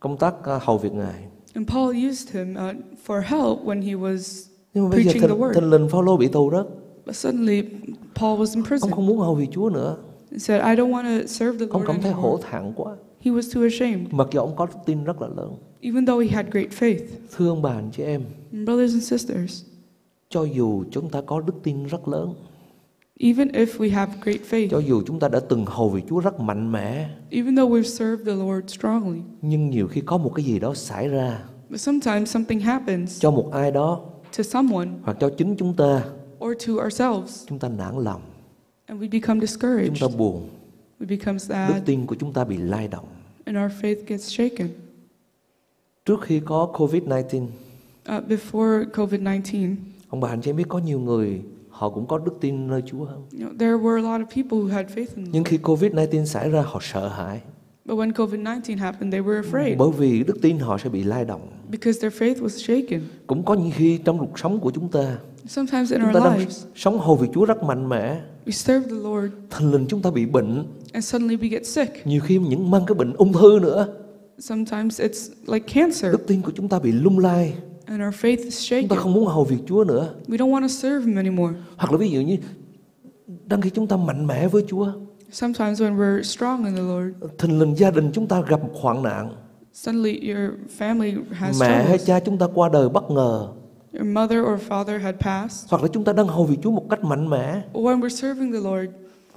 Speaker 1: công tác à, hầu việc ngài.
Speaker 2: And Paul used him uh, for help when he was,
Speaker 1: Nhưng mà bây giờ
Speaker 2: Preaching the
Speaker 1: thình,
Speaker 2: word.
Speaker 1: thình lình Phaolô bị tù đó,
Speaker 2: but suddenly Paul was in
Speaker 1: ông
Speaker 2: prison
Speaker 1: không muốn hầu vì Chúa nữa,
Speaker 2: and said, I don't want to serve the
Speaker 1: ông
Speaker 2: Lord
Speaker 1: cảm thấy hổ
Speaker 2: anymore.
Speaker 1: thẹn quá.
Speaker 2: He was too ashamed,
Speaker 1: Mặc dù ông có đức tin rất là lớn,
Speaker 2: even though he had great faith.
Speaker 1: thương bà anh chị em,
Speaker 2: And brothers and sisters,
Speaker 1: cho dù chúng ta có đức tin rất lớn,
Speaker 2: even if we have great faith,
Speaker 1: cho dù chúng ta đã từng hầu vì Chúa rất mạnh mẽ,
Speaker 2: even though we've served the Lord strongly,
Speaker 1: nhưng nhiều khi có một cái gì đó xảy ra
Speaker 2: But sometimes something happens
Speaker 1: cho một ai đó
Speaker 2: to someone
Speaker 1: hoặc cho chính chúng ta,
Speaker 2: or to ourselves,
Speaker 1: chúng ta nản lòng,
Speaker 2: and we become
Speaker 1: chúng
Speaker 2: discouraged.
Speaker 1: ta buồn,
Speaker 2: We become
Speaker 1: đức
Speaker 2: sad,
Speaker 1: tin của chúng ta bị lay động.
Speaker 2: and our faith gets shaken.
Speaker 1: Trước khi có Covid-19,
Speaker 2: Uh, before COVID 19,
Speaker 1: ông bà anh chị em biết có nhiều người họ cũng có đức tin nơi Chúa không?
Speaker 2: you know, there were a lot of people who had faith in the
Speaker 1: Nhưng
Speaker 2: Lord.
Speaker 1: khi Covid-19 xảy ra họ sợ hãi
Speaker 2: But when COVID 19 happened, they were afraid
Speaker 1: bởi vì đức tin họ sẽ bị lai động.
Speaker 2: because their faith was shaken.
Speaker 1: Cũng có những khi trong cuộc sống của chúng ta,
Speaker 2: Sometimes in
Speaker 1: chúng
Speaker 2: our
Speaker 1: ta đang
Speaker 2: lives,
Speaker 1: sống hầu vì Chúa rất mạnh mẽ,
Speaker 2: we serve the Lord
Speaker 1: thần linh chúng ta bị bệnh,
Speaker 2: and suddenly we get sick.
Speaker 1: nhiều khi những mang cái bệnh ung thư nữa,
Speaker 2: Sometimes it's like cancer
Speaker 1: đức tin của chúng ta bị lung lay,
Speaker 2: and our faith is
Speaker 1: chúng ta
Speaker 2: shaken.
Speaker 1: không muốn hầu việc Chúa nữa.
Speaker 2: We don't want to serve Him anymore.
Speaker 1: Hoặc là ví dụ như đang khi chúng ta mạnh mẽ với Chúa,
Speaker 2: Sometimes when we're strong in the Lord,
Speaker 1: thình lình gia đình chúng ta gặp một hoạn nạn,
Speaker 2: suddenly your family has
Speaker 1: mẹ hay
Speaker 2: troubles.
Speaker 1: cha chúng ta qua đời bất ngờ,
Speaker 2: Your mother or father had passed.
Speaker 1: hoặc là chúng ta đang hầu việc Chúa một cách mạnh mẽ,
Speaker 2: Or when we're serving the Lord,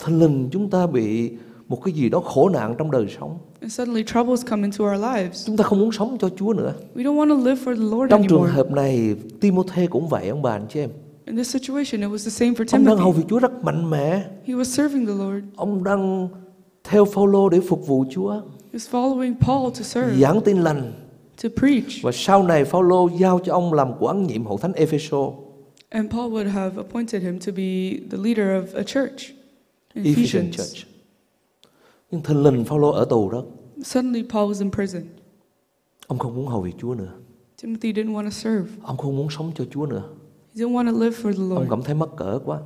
Speaker 1: thình lình chúng ta bị một cái gì đó khổ nạn trong đời sống,
Speaker 2: and suddenly troubles come into our lives.
Speaker 1: chúng ta không muốn sống cho Chúa nữa.
Speaker 2: We don't want to live for the Lord
Speaker 1: Trong trường
Speaker 2: anymore.
Speaker 1: hợp này, Timothy cũng vậy ông bà anh chị em.
Speaker 2: In this situation, it was the same for
Speaker 1: Ông đang hầu
Speaker 2: Timothy.
Speaker 1: việc Chúa rất mạnh mẽ,
Speaker 2: He was serving the Lord.
Speaker 1: ông đang theo Phaolô để phục vụ Chúa,
Speaker 2: He was following Paul to serve,
Speaker 1: giảng tin lành
Speaker 2: to preach.
Speaker 1: và sau này Phaolô giao cho ông làm quản nhiệm hậu thánh Epheso.
Speaker 2: And Paul would have appointed him to be the leader of a church. In
Speaker 1: Ephesian
Speaker 2: Ephesians.
Speaker 1: Church. Nhưng thình lình Phaolô ở tù đó,
Speaker 2: Suddenly, Paul was in prison.
Speaker 1: ông không muốn hầu việc Chúa nữa,
Speaker 2: Timothy didn't want to serve.
Speaker 1: ông không muốn sống cho Chúa nữa,
Speaker 2: He didn't want to live for the
Speaker 1: ông
Speaker 2: Lord.
Speaker 1: cảm thấy mắc cỡ quá.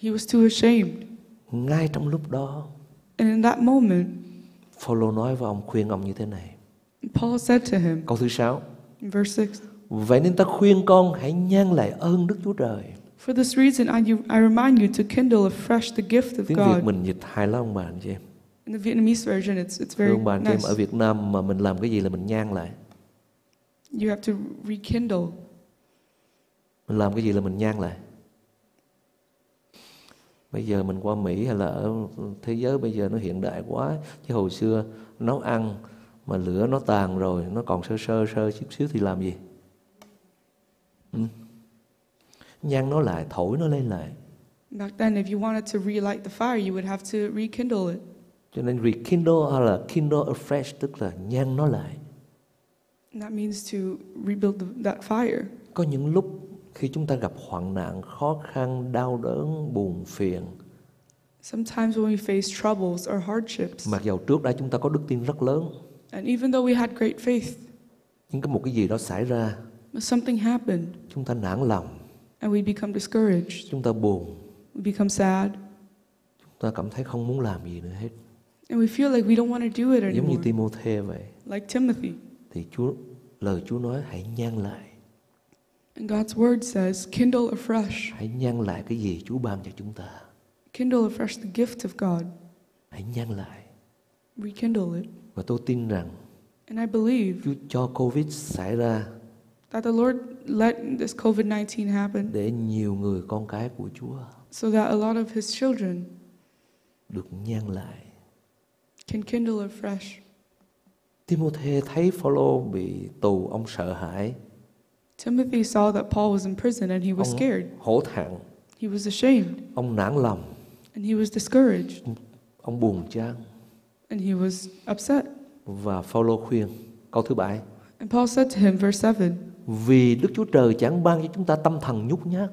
Speaker 2: He was too ashamed.
Speaker 1: Ngay trong lúc đó,
Speaker 2: And in that moment,
Speaker 1: Phaolô nói với ông khuyên ông như thế này.
Speaker 2: Paul said to him,
Speaker 1: Câu thứ sáu.
Speaker 2: in verse 6,
Speaker 1: Vậy nên ta khuyên con hãy nhan lại ơn Đức Chúa Trời.
Speaker 2: For this reason, I, you, I remind you to kindle afresh the gift of
Speaker 1: Tiếng Việt
Speaker 2: God.
Speaker 1: mình dịch hay lắm ông bà anh chị em.
Speaker 2: In the Vietnamese version, it's, it's
Speaker 1: Thưa
Speaker 2: very
Speaker 1: ông bà anh chị em
Speaker 2: nice.
Speaker 1: ở Việt Nam mà mình làm cái gì là mình nhan lại.
Speaker 2: You have to rekindle.
Speaker 1: Mình làm cái gì là mình nhan lại. Bây giờ mình qua Mỹ hay là ở thế giới bây giờ nó hiện đại quá chứ hồi xưa nấu ăn mà lửa nó tàn rồi nó còn sơ sơ sơ xíu xíu thì làm gì? Ừ. Nhan nó lại, thổi nó lên lại.
Speaker 2: Back then, if you wanted to relight the fire, you would have to rekindle it.
Speaker 1: Cho nên rekindle hay là kindle afresh tức là nhan nó lại.
Speaker 2: And that means to rebuild the, that fire.
Speaker 1: Có những lúc khi chúng ta gặp hoạn nạn, khó khăn, đau đớn, buồn phiền
Speaker 2: Sometimes when we face troubles or hardships,
Speaker 1: Mặc dầu trước đây chúng ta có đức tin rất lớn
Speaker 2: and even though we had great faith,
Speaker 1: Nhưng cái một cái gì đó xảy ra
Speaker 2: something happened
Speaker 1: Chúng ta nản lòng,
Speaker 2: and we become discouraged.
Speaker 1: chúng ta buồn
Speaker 2: We become sad
Speaker 1: Chúng ta cảm thấy không muốn làm gì nữa hết
Speaker 2: and we feel like we don't want to do it
Speaker 1: Giống như
Speaker 2: anymore.
Speaker 1: Timothy vậy
Speaker 2: Like Timothy.
Speaker 1: Thì Chúa lời Chúa nói hãy nhan lại
Speaker 2: And God's word says, kindle afresh.
Speaker 1: Hãy nhan lại cái gì Chúa ban cho chúng ta
Speaker 2: Kindle afresh the gift of God.
Speaker 1: Hãy nhan lại
Speaker 2: Rekindle it.
Speaker 1: Và tôi tin rằng
Speaker 2: And I believe
Speaker 1: Chúa cho Covid xảy ra
Speaker 2: that the Lord let this COVID 19 happen
Speaker 1: Để nhiều người con cái của Chúa
Speaker 2: so that a lot of His children
Speaker 1: được nhan lại
Speaker 2: can kindle afresh.
Speaker 1: Timothy thấy Phaolô bị tù ông sợ hãi,
Speaker 2: Timothy saw that Paul was in prison and he was
Speaker 1: Oh.
Speaker 2: scared.
Speaker 1: hổ thẹn,
Speaker 2: He was ashamed
Speaker 1: ông nản lòng,
Speaker 2: and he was discouraged
Speaker 1: ông buồn chán
Speaker 2: and he was upset.
Speaker 1: và Phaolô khuyên câu thứ bảy
Speaker 2: And Paul said to him, verse 7
Speaker 1: vì Đức Chúa Trời chẳng ban cho chúng ta tâm thần nhút nhát,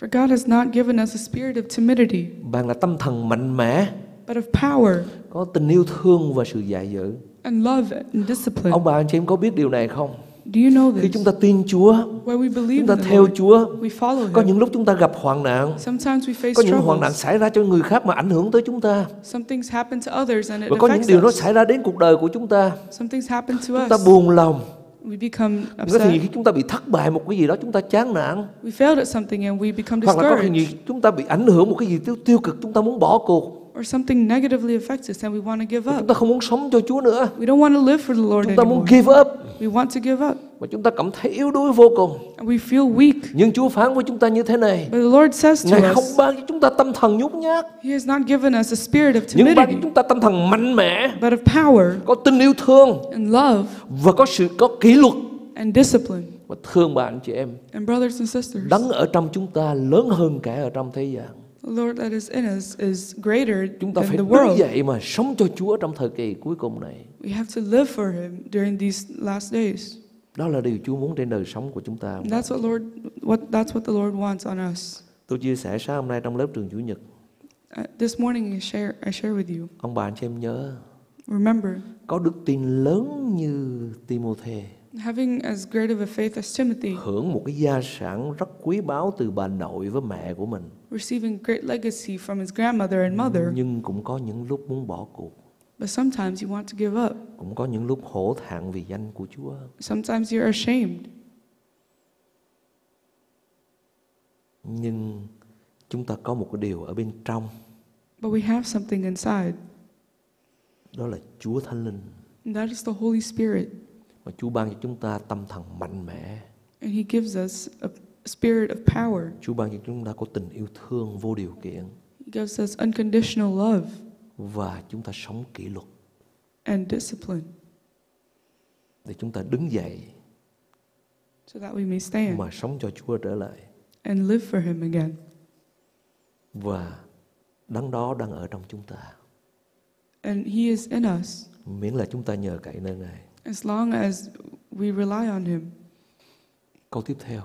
Speaker 2: For God has not given us a spirit of timidity,
Speaker 1: bạn là tâm thần mạnh mẽ,
Speaker 2: but of power
Speaker 1: có tình yêu thương và sự dạy dỗ.
Speaker 2: and love and discipline.
Speaker 1: Ông bà anh chị em có biết điều này không?
Speaker 2: Do you know
Speaker 1: Khi
Speaker 2: this?
Speaker 1: chúng ta tin Chúa,
Speaker 2: Where we believe
Speaker 1: chúng
Speaker 2: in
Speaker 1: ta
Speaker 2: the
Speaker 1: theo
Speaker 2: Lord,
Speaker 1: Chúa,
Speaker 2: we follow
Speaker 1: có
Speaker 2: Him.
Speaker 1: những lúc chúng ta gặp hoạn nạn,
Speaker 2: Sometimes we face
Speaker 1: có những hoạn nạn
Speaker 2: troubles.
Speaker 1: xảy ra cho người khác mà ảnh hưởng tới chúng ta,
Speaker 2: Some things happen to others and it
Speaker 1: và có những
Speaker 2: affects
Speaker 1: điều nó
Speaker 2: us.
Speaker 1: xảy ra đến cuộc đời của chúng ta,
Speaker 2: Some things happen to
Speaker 1: chúng ta
Speaker 2: us.
Speaker 1: buồn lòng.
Speaker 2: We become
Speaker 1: Có thể nhiều
Speaker 2: upset.
Speaker 1: khi chúng ta bị thất bại một cái gì đó chúng ta chán nản
Speaker 2: We failed at something and we become
Speaker 1: hoặc là có khi nhiều
Speaker 2: discouraged.
Speaker 1: khi chúng ta bị ảnh hưởng một cái gì tiêu tiêu cực chúng ta muốn bỏ cuộc
Speaker 2: Or something negatively affects us and we want to give
Speaker 1: chúng
Speaker 2: up.
Speaker 1: ta không muốn sống cho Chúa nữa
Speaker 2: We don't want to live for the Lord
Speaker 1: chúng ta muốn
Speaker 2: anymore.
Speaker 1: give up
Speaker 2: We want to give up
Speaker 1: và chúng ta cảm thấy yếu đuối vô cùng
Speaker 2: and we feel weak.
Speaker 1: nhưng Chúa phán với chúng ta như thế này
Speaker 2: But the Lord says to
Speaker 1: Ngài không
Speaker 2: us,
Speaker 1: ban cho chúng ta tâm thần nhút nhát
Speaker 2: He has not given us a spirit of
Speaker 1: nhưng ban cho
Speaker 2: timidity,
Speaker 1: chúng ta tâm thần mạnh mẽ
Speaker 2: but of power
Speaker 1: có tình yêu thương
Speaker 2: and love
Speaker 1: và có sự có kỷ luật
Speaker 2: and discipline.
Speaker 1: và thương bạn chị em
Speaker 2: And brothers and sisters, the
Speaker 1: đấng ở trong chúng ta lớn hơn cả ở trong thế gian
Speaker 2: Lord that is in us is greater
Speaker 1: chúng ta
Speaker 2: than
Speaker 1: phải
Speaker 2: the
Speaker 1: đứng
Speaker 2: world.
Speaker 1: dậy mà sống cho Chúa trong thời kỳ cuối cùng này
Speaker 2: We have to live for Him during these last days.
Speaker 1: Đó là điều Chúa muốn trên đời sống của chúng ta.
Speaker 2: That's what Lord what that's what the Lord wants on us.
Speaker 1: Tôi chia sẻ sáng hôm nay trong lớp trường Chủ nhật,
Speaker 2: Uh, this morning I share I share with you.
Speaker 1: ông bà anh chị em nhớ
Speaker 2: Remember,
Speaker 1: có đức tin lớn như Timôthê
Speaker 2: having as great of a faith as Timothy,
Speaker 1: hưởng một cái gia sản rất quý báu từ bà nội với mẹ của mình
Speaker 2: receiving great legacy from his grandmother and mother,
Speaker 1: nhưng cũng có những lúc muốn bỏ cuộc
Speaker 2: but sometimes you want to give up.
Speaker 1: cũng có những lúc hổ thẹn vì danh của Chúa
Speaker 2: Sometimes you're ashamed.
Speaker 1: nhưng chúng ta có một cái điều ở bên trong
Speaker 2: But we have something inside,
Speaker 1: đó là Chúa Thánh Linh
Speaker 2: and that is the Holy Spirit.
Speaker 1: mà Chúa ban cho chúng ta tâm thần mạnh mẽ
Speaker 2: And he gives us a spirit of power.
Speaker 1: Chúa ban cho chúng ta có tình yêu thương vô điều kiện
Speaker 2: He gives us unconditional love
Speaker 1: và chúng ta sống kỷ luật
Speaker 2: and discipline
Speaker 1: để chúng ta đứng dậy
Speaker 2: so that we may stand
Speaker 1: mà sống cho Chúa trở lại
Speaker 2: and live for him again.
Speaker 1: và đấng đó đang ở trong chúng ta
Speaker 2: And he is in us
Speaker 1: miễn là chúng ta nhờ cậy nơi Ngài
Speaker 2: as long as we rely on him.
Speaker 1: câu tiếp theo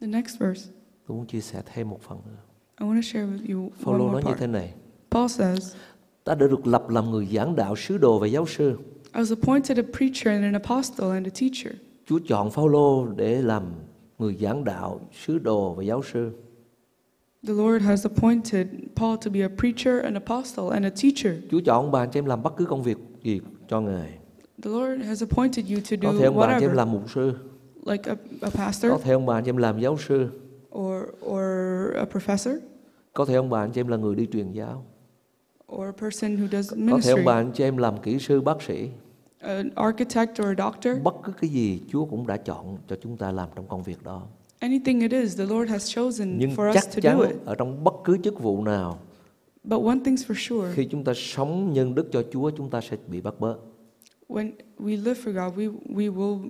Speaker 2: The next verse,
Speaker 1: tôi muốn chia sẻ thêm một phần nữa
Speaker 2: I want to share with you one
Speaker 1: Phaolô
Speaker 2: more
Speaker 1: nói như
Speaker 2: part.
Speaker 1: thế này
Speaker 2: Paul says,
Speaker 1: ta đã được lập làm người giảng đạo sứ đồ và giáo sư
Speaker 2: I was appointed a preacher and an apostle and a teacher.
Speaker 1: Chúa chọn Phaolô để làm người giảng đạo sứ đồ và giáo sư
Speaker 2: The Lord has appointed Paul to be a preacher, an apostle, and a teacher.
Speaker 1: Chúa chọn ông bà anh chị em làm bất cứ công việc gì cho Ngài
Speaker 2: The Lord has appointed you to
Speaker 1: có thể
Speaker 2: do
Speaker 1: ông bà anh chị em
Speaker 2: whatever,
Speaker 1: làm mục sư
Speaker 2: like a, a pastor
Speaker 1: có thể ông bà anh chị em làm giáo sư
Speaker 2: or, or a professor
Speaker 1: có thể ông bà anh chị em là người đi truyền giáo
Speaker 2: or a person who does
Speaker 1: có thể ông
Speaker 2: ministry,
Speaker 1: bà anh chị em làm kỹ sư bác sĩ
Speaker 2: an architect or a doctor.
Speaker 1: bất cứ cái gì Chúa cũng đã chọn cho chúng ta làm trong công việc đó
Speaker 2: Anything it is, the Lord has
Speaker 1: nhưng
Speaker 2: chosen Mm, for
Speaker 1: chắc
Speaker 2: us to do it.
Speaker 1: chắn ở trong bất cứ chức vụ nào
Speaker 2: But one thing's for sure
Speaker 1: khi chúng ta sống nhân đức cho Chúa chúng ta sẽ bị bắt bớ
Speaker 2: when we live for God, we, we will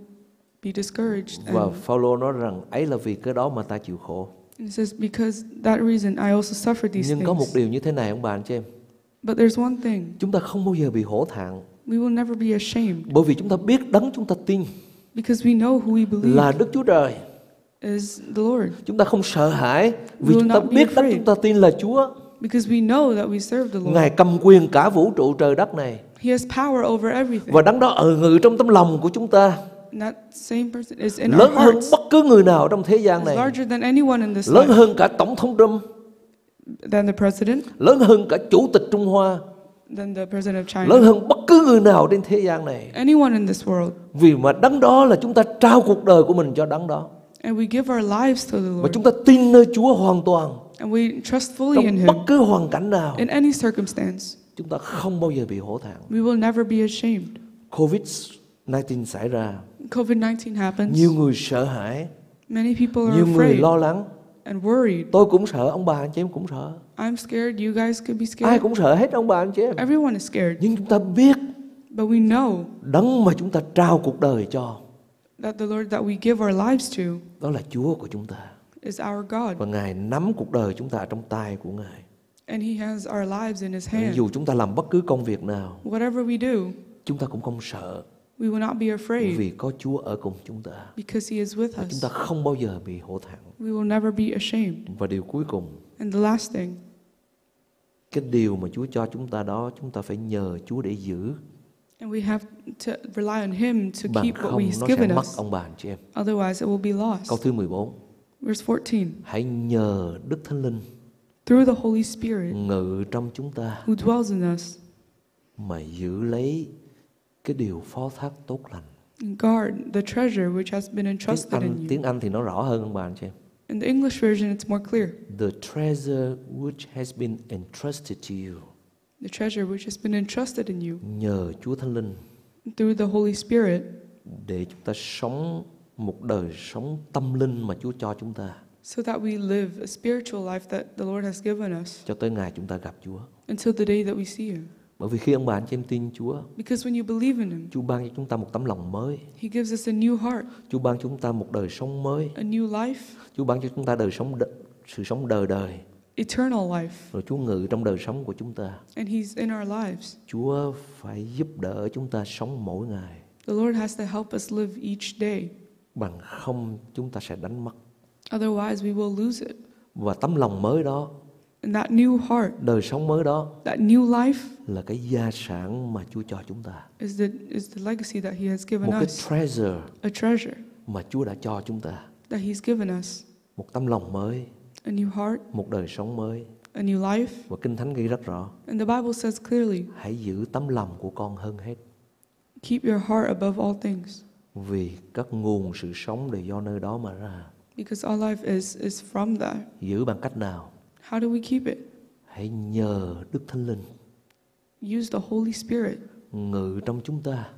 Speaker 2: be discouraged.
Speaker 1: và
Speaker 2: And,
Speaker 1: Phaolô nói rằng ấy là vì cái đó mà ta chịu khổ
Speaker 2: and it says, Because that reason, I also suffered these
Speaker 1: nhưng có một
Speaker 2: things.
Speaker 1: điều như thế này ông bà anh chị em
Speaker 2: But there's one thing
Speaker 1: chúng ta không bao giờ bị hổ thẹn
Speaker 2: we will never be ashamed
Speaker 1: bởi vì chúng ta biết đấng chúng ta tin
Speaker 2: because we know who we believe
Speaker 1: là Đức Chúa Trời
Speaker 2: is the Lord.
Speaker 1: chúng ta không sợ hãi vì
Speaker 2: Will
Speaker 1: chúng ta
Speaker 2: not be
Speaker 1: biết đấng
Speaker 2: afraid.
Speaker 1: chúng ta tin là Chúa
Speaker 2: Because we know that we serve the Lord.
Speaker 1: Ngài cầm quyền cả vũ trụ trời đất này
Speaker 2: He has power over everything.
Speaker 1: và đấng đó ở ngự trong tấm lòng của chúng ta
Speaker 2: And that same person is in our
Speaker 1: lớn hơn
Speaker 2: hearts.
Speaker 1: bất cứ người nào trong thế gian
Speaker 2: Is
Speaker 1: này
Speaker 2: larger than anyone in this
Speaker 1: lớn
Speaker 2: life,
Speaker 1: hơn cả tổng thống Trump
Speaker 2: than the president,
Speaker 1: lớn hơn cả chủ tịch Trung Hoa
Speaker 2: than the president of
Speaker 1: lớn
Speaker 2: China,
Speaker 1: hơn bất cứ người nào trên thế gian này
Speaker 2: anyone in this world.
Speaker 1: vì mà đấng đó là chúng ta trao cuộc đời của mình cho đấng đó
Speaker 2: And we give our lives to the
Speaker 1: và
Speaker 2: Lord.
Speaker 1: chúng ta tin nơi Chúa hoàn toàn
Speaker 2: And we trust fully in
Speaker 1: trong bất
Speaker 2: Him
Speaker 1: cứ hoàn cảnh nào
Speaker 2: in any circumstance.
Speaker 1: chúng ta không bao giờ bị hổ thẹn
Speaker 2: We will never be ashamed.
Speaker 1: Covid 19 xảy ra
Speaker 2: COVID 19 happens.
Speaker 1: nhiều người sợ hãi
Speaker 2: Many people are
Speaker 1: nhiều người
Speaker 2: afraid
Speaker 1: lo lắng
Speaker 2: and worried.
Speaker 1: tôi cũng sợ ông bà anh chị em cũng sợ
Speaker 2: I'm scared. You guys could
Speaker 1: ai
Speaker 2: be scared.
Speaker 1: cũng sợ hết ông bà anh chị em
Speaker 2: Everyone is scared.
Speaker 1: nhưng chúng ta biết
Speaker 2: But we know
Speaker 1: đấng mà chúng ta trao cuộc đời cho
Speaker 2: that the Lord that we give our lives to
Speaker 1: đó là Chúa của chúng ta
Speaker 2: is our God.
Speaker 1: và Ngài nắm cuộc đời chúng ta trong tay của Ngài
Speaker 2: And He has our lives in His hand.
Speaker 1: dù chúng ta làm bất cứ công việc nào
Speaker 2: Whatever we do,
Speaker 1: chúng ta cũng không sợ
Speaker 2: we will not be afraid
Speaker 1: vì có Chúa ở cùng chúng ta
Speaker 2: because He is with
Speaker 1: và chúng
Speaker 2: us.
Speaker 1: ta không bao giờ bị hổ thẹn
Speaker 2: We will never be ashamed.
Speaker 1: và điều cuối cùng
Speaker 2: And the last thing,
Speaker 1: cái điều mà Chúa cho chúng ta đó chúng ta phải nhờ Chúa để giữ
Speaker 2: and we have to rely on Him to
Speaker 1: bằng
Speaker 2: keep what
Speaker 1: không
Speaker 2: He's
Speaker 1: nó sẽ
Speaker 2: given
Speaker 1: mất
Speaker 2: us.
Speaker 1: ông bà anh chị em
Speaker 2: Otherwise, it will be lost.
Speaker 1: câu thứ 14
Speaker 2: Verse 14
Speaker 1: hãy nhờ Đức Thánh Linh
Speaker 2: Through the Holy Spirit
Speaker 1: ngự trong chúng ta
Speaker 2: who dwells in us,
Speaker 1: mà giữ lấy cái điều phó thác tốt lành
Speaker 2: guard the treasure which has been
Speaker 1: tiếng
Speaker 2: entrusted
Speaker 1: Anh
Speaker 2: in you.
Speaker 1: tiếng Anh thì nó rõ hơn ông bà anh chị em
Speaker 2: In the English version, it's more clear.
Speaker 1: The treasure which has been entrusted to you
Speaker 2: The treasure which has been entrusted in you
Speaker 1: nhờ Chúa Thánh Linh
Speaker 2: through the Holy Spirit
Speaker 1: để chúng ta sống một đời sống tâm linh mà Chúa cho chúng ta
Speaker 2: so that we live a spiritual life that the Lord has given us
Speaker 1: cho tới ngày chúng ta gặp Chúa.
Speaker 2: until the day that we see Him.
Speaker 1: Bởi vì khi ông bà anh chị em tin Chúa,
Speaker 2: Because when you believe in Him,
Speaker 1: Chúa ban cho chúng ta một tấm lòng mới,
Speaker 2: He gives us a new heart,
Speaker 1: Chúa ban cho chúng ta một đời sống mới,
Speaker 2: a new life,
Speaker 1: Chúa ban cho chúng ta đời sống đ- sự sống đời đời,
Speaker 2: eternal life,
Speaker 1: rồi Chúa ngự trong đời sống của chúng ta.
Speaker 2: and He's in our lives.
Speaker 1: Chúa phải giúp đỡ chúng ta sống mỗi ngày.
Speaker 2: The Lord has to help us live each day.
Speaker 1: bằng không chúng ta sẽ đánh mất
Speaker 2: Otherwise, we will lose it.
Speaker 1: và tấm lòng mới đó
Speaker 2: And that new heart,
Speaker 1: đời sống mới đó
Speaker 2: that new life,
Speaker 1: là cái gia sản mà Chúa cho chúng ta
Speaker 2: is the, is the legacy that He has given
Speaker 1: một cái
Speaker 2: us,
Speaker 1: treasure
Speaker 2: a treasure
Speaker 1: mà Chúa đã cho chúng ta
Speaker 2: that He's given us.
Speaker 1: một tấm lòng mới
Speaker 2: A new heart,
Speaker 1: một đời sống mới
Speaker 2: a new life.
Speaker 1: và kinh thánh ghi rất rõ
Speaker 2: And the Bible says clearly
Speaker 1: hãy giữ tấm lòng của con hơn hết
Speaker 2: keep your heart above all things,
Speaker 1: vì các nguồn sự sống đều do nơi đó mà ra
Speaker 2: because all life is, is from that.
Speaker 1: giữ bằng cách nào
Speaker 2: How do we keep it?
Speaker 1: hãy nhờ đức thánh linh
Speaker 2: Use the Holy Spirit
Speaker 1: ngự trong chúng ta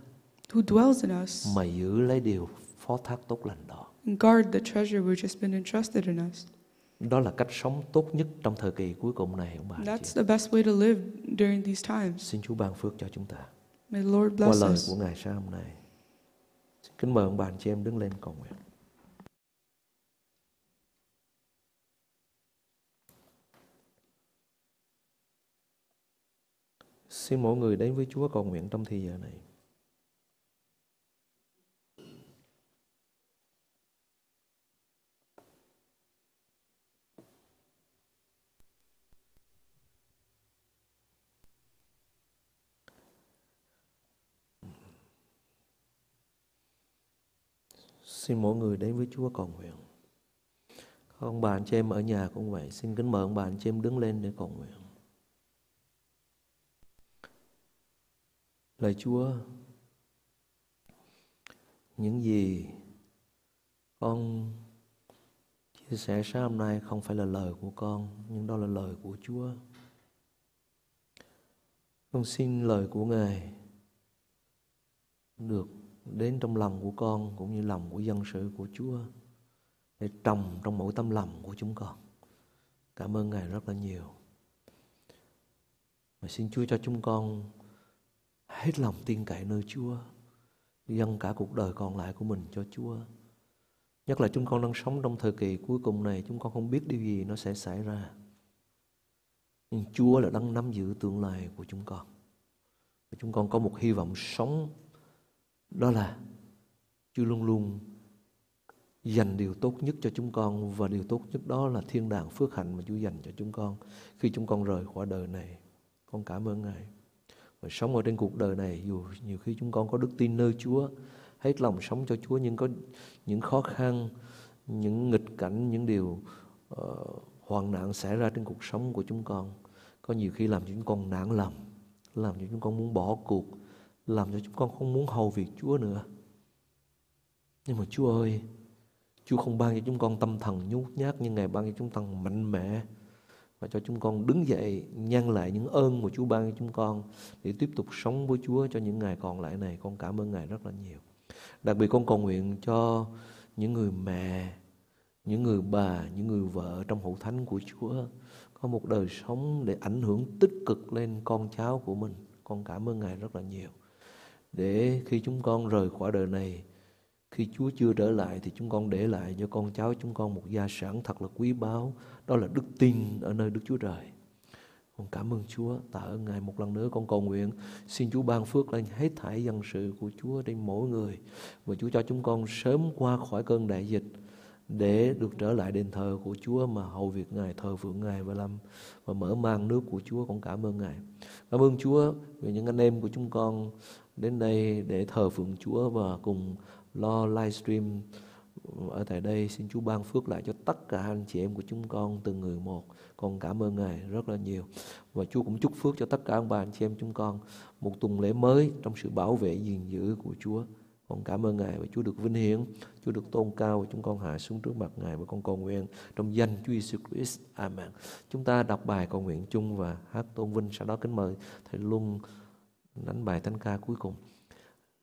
Speaker 2: who dwells in us
Speaker 1: mà giữ lấy điều phó thác tốt lành đó
Speaker 2: and guard the treasure which has been entrusted in us.
Speaker 1: đó là cách sống tốt nhất trong thời kỳ cuối cùng này ông bà anh
Speaker 2: That's
Speaker 1: chị
Speaker 2: the best way to live during these times.
Speaker 1: xin Chúa ban phước cho chúng ta
Speaker 2: May the Lord
Speaker 1: qua
Speaker 2: bless
Speaker 1: lời
Speaker 2: us.
Speaker 1: của ngài sáng hôm nay xin kính mời ông bà anh chị em đứng lên cầu nguyện xin mỗi người đến với Chúa cầu nguyện trong thời giờ này Xin mỗi người đến với Chúa cầu nguyện. Các ông bà anh chị em ở nhà cũng vậy, xin kính mời ông bà anh chị em đứng lên để cầu nguyện. Lạy Chúa, những gì con chia sẻ sáng hôm nay không phải là lời của con, nhưng đó là lời của Chúa. Con xin lời của Ngài được đến trong lòng của con cũng như lòng của dân sự của Chúa để trồng trong mỗi tấm lòng của chúng con. Cảm ơn Ngài rất là nhiều. Mà xin Chúa cho chúng con hết lòng tin cậy nơi Chúa, dâng cả cuộc đời còn lại của mình cho Chúa. Nhất là chúng con đang sống trong thời kỳ cuối cùng này, chúng con không biết điều gì nó sẽ xảy ra. Nhưng Chúa là đang nắm giữ tương lai của chúng con. Và chúng con có một hy vọng sống đó là Chúa luôn luôn dành điều tốt nhất cho chúng con và điều tốt nhất đó là thiên đàng phước hạnh mà Chúa dành cho chúng con khi chúng con rời khỏi đời này. Con cảm ơn Ngài. Và sống ở trên cuộc đời này dù nhiều khi chúng con có đức tin nơi Chúa, hết lòng sống cho Chúa nhưng có những khó khăn, những nghịch cảnh, những điều ờ, hoạn nạn xảy ra trên cuộc sống của chúng con có nhiều khi làm cho chúng con nản lòng, làm cho chúng con muốn bỏ cuộc, làm cho chúng con không muốn hầu việc Chúa nữa. Nhưng mà Chúa ơi, Chúa không ban cho chúng con tâm thần nhút nhát nhưng Ngài ban cho chúng con mạnh mẽ và cho chúng con đứng dậy nhân lại những ơn mà Chúa ban cho chúng con để tiếp tục sống với Chúa cho những ngày còn lại này. Con cảm ơn Ngài rất là nhiều. Đặc biệt con cầu nguyện cho những người mẹ, những người bà, những người vợ trong hậu thánh của Chúa có một đời sống để ảnh hưởng tích cực lên con cháu của mình. Con cảm ơn Ngài rất là nhiều để khi chúng con rời khỏi đời này khi Chúa chưa trở lại thì chúng con để lại cho con cháu chúng con một gia sản thật là quý báu đó là đức tin ở nơi Đức Chúa Trời con cảm ơn Chúa tạ ơn Ngài một lần nữa con cầu nguyện xin Chúa ban phước lên hết thảy dân sự của Chúa trên mỗi người và Chúa cho chúng con sớm qua khỏi cơn đại dịch để được trở lại đền thờ của Chúa mà hầu việc Ngài thờ phượng Ngài và làm và mở mang nước của Chúa con cảm ơn Ngài cảm ơn Chúa vì những anh em của chúng con đến đây để thờ phượng Chúa và cùng lo livestream ở tại đây xin Chúa ban phước lại cho tất cả anh chị em của chúng con từng người một con cảm ơn Ngài rất là nhiều và Chúa cũng chúc phước cho tất cả ông bà anh chị em chúng con một tuần lễ mới trong sự bảo vệ gìn giữ của Chúa con cảm ơn Ngài và Chúa được vinh hiển Chúa được tôn cao và chúng con hạ xuống trước mặt Ngài và con cầu nguyện trong danh Chúa Giêsu Christ Amen chúng ta đọc bài cầu nguyện chung và hát tôn vinh sau đó kính mời thầy Luân đánh bài thánh ca cuối cùng.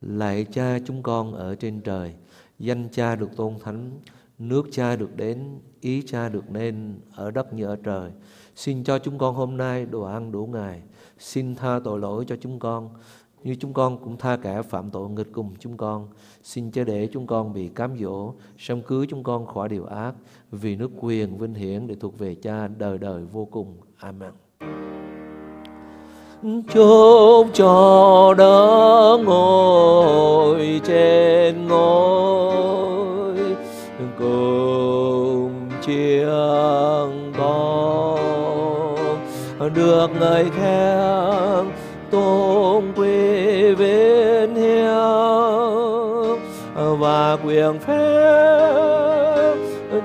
Speaker 1: Lạy cha chúng con ở trên trời, danh cha được tôn thánh, nước cha được đến, ý cha được nên ở đất như ở trời. Xin cho chúng con hôm nay đồ ăn đủ ngày, xin tha tội lỗi cho chúng con, như chúng con cũng tha kẻ phạm tội nghịch cùng chúng con. Xin chớ để chúng con bị cám dỗ, sâm cứu chúng con khỏi điều ác, vì nước quyền vinh hiển để thuộc về cha đời đời vô cùng. Amen chúc cho đỡ ngồi trên ngôi được ngợi khen tôn quý vinh hiếu và quyền phép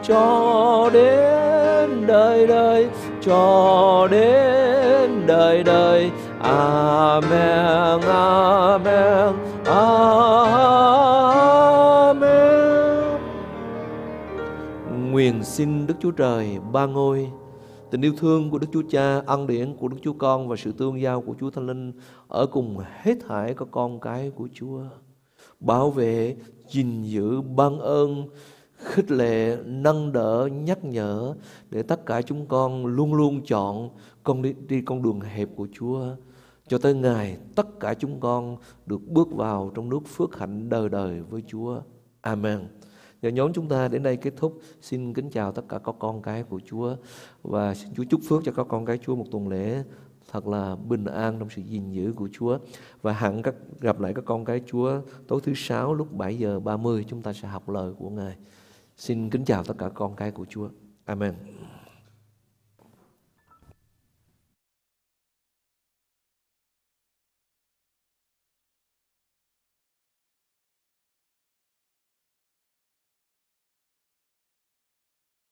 Speaker 1: cho đến đời đời cho đến đời đời amen amen amen Nguyện xin Đức Chúa Trời ba ngôi Tình yêu thương của Đức Chúa Cha, ân điển của Đức Chúa Con và sự tương giao của Chúa Thánh Linh ở cùng hết thảy các con cái của Chúa. Bảo vệ, gìn giữ, ban ơn, khích lệ, nâng đỡ, nhắc nhở để tất cả chúng con luôn luôn chọn con đi, đi con đường hẹp của Chúa cho tới ngày tất cả chúng con được bước vào trong nước phước hạnh đời đời với Chúa. Amen. Nhờ nhóm chúng ta đến đây kết thúc. Xin kính chào tất cả các con cái của Chúa và xin Chúa chúc phước cho các con cái Chúa một tuần lễ thật là bình an trong sự gìn giữ của Chúa và hẳn các gặp lại các con cái Chúa tối thứ sáu lúc 7 giờ 30 chúng ta sẽ học lời của Ngài. Xin kính chào tất cả con cái của Chúa. Amen.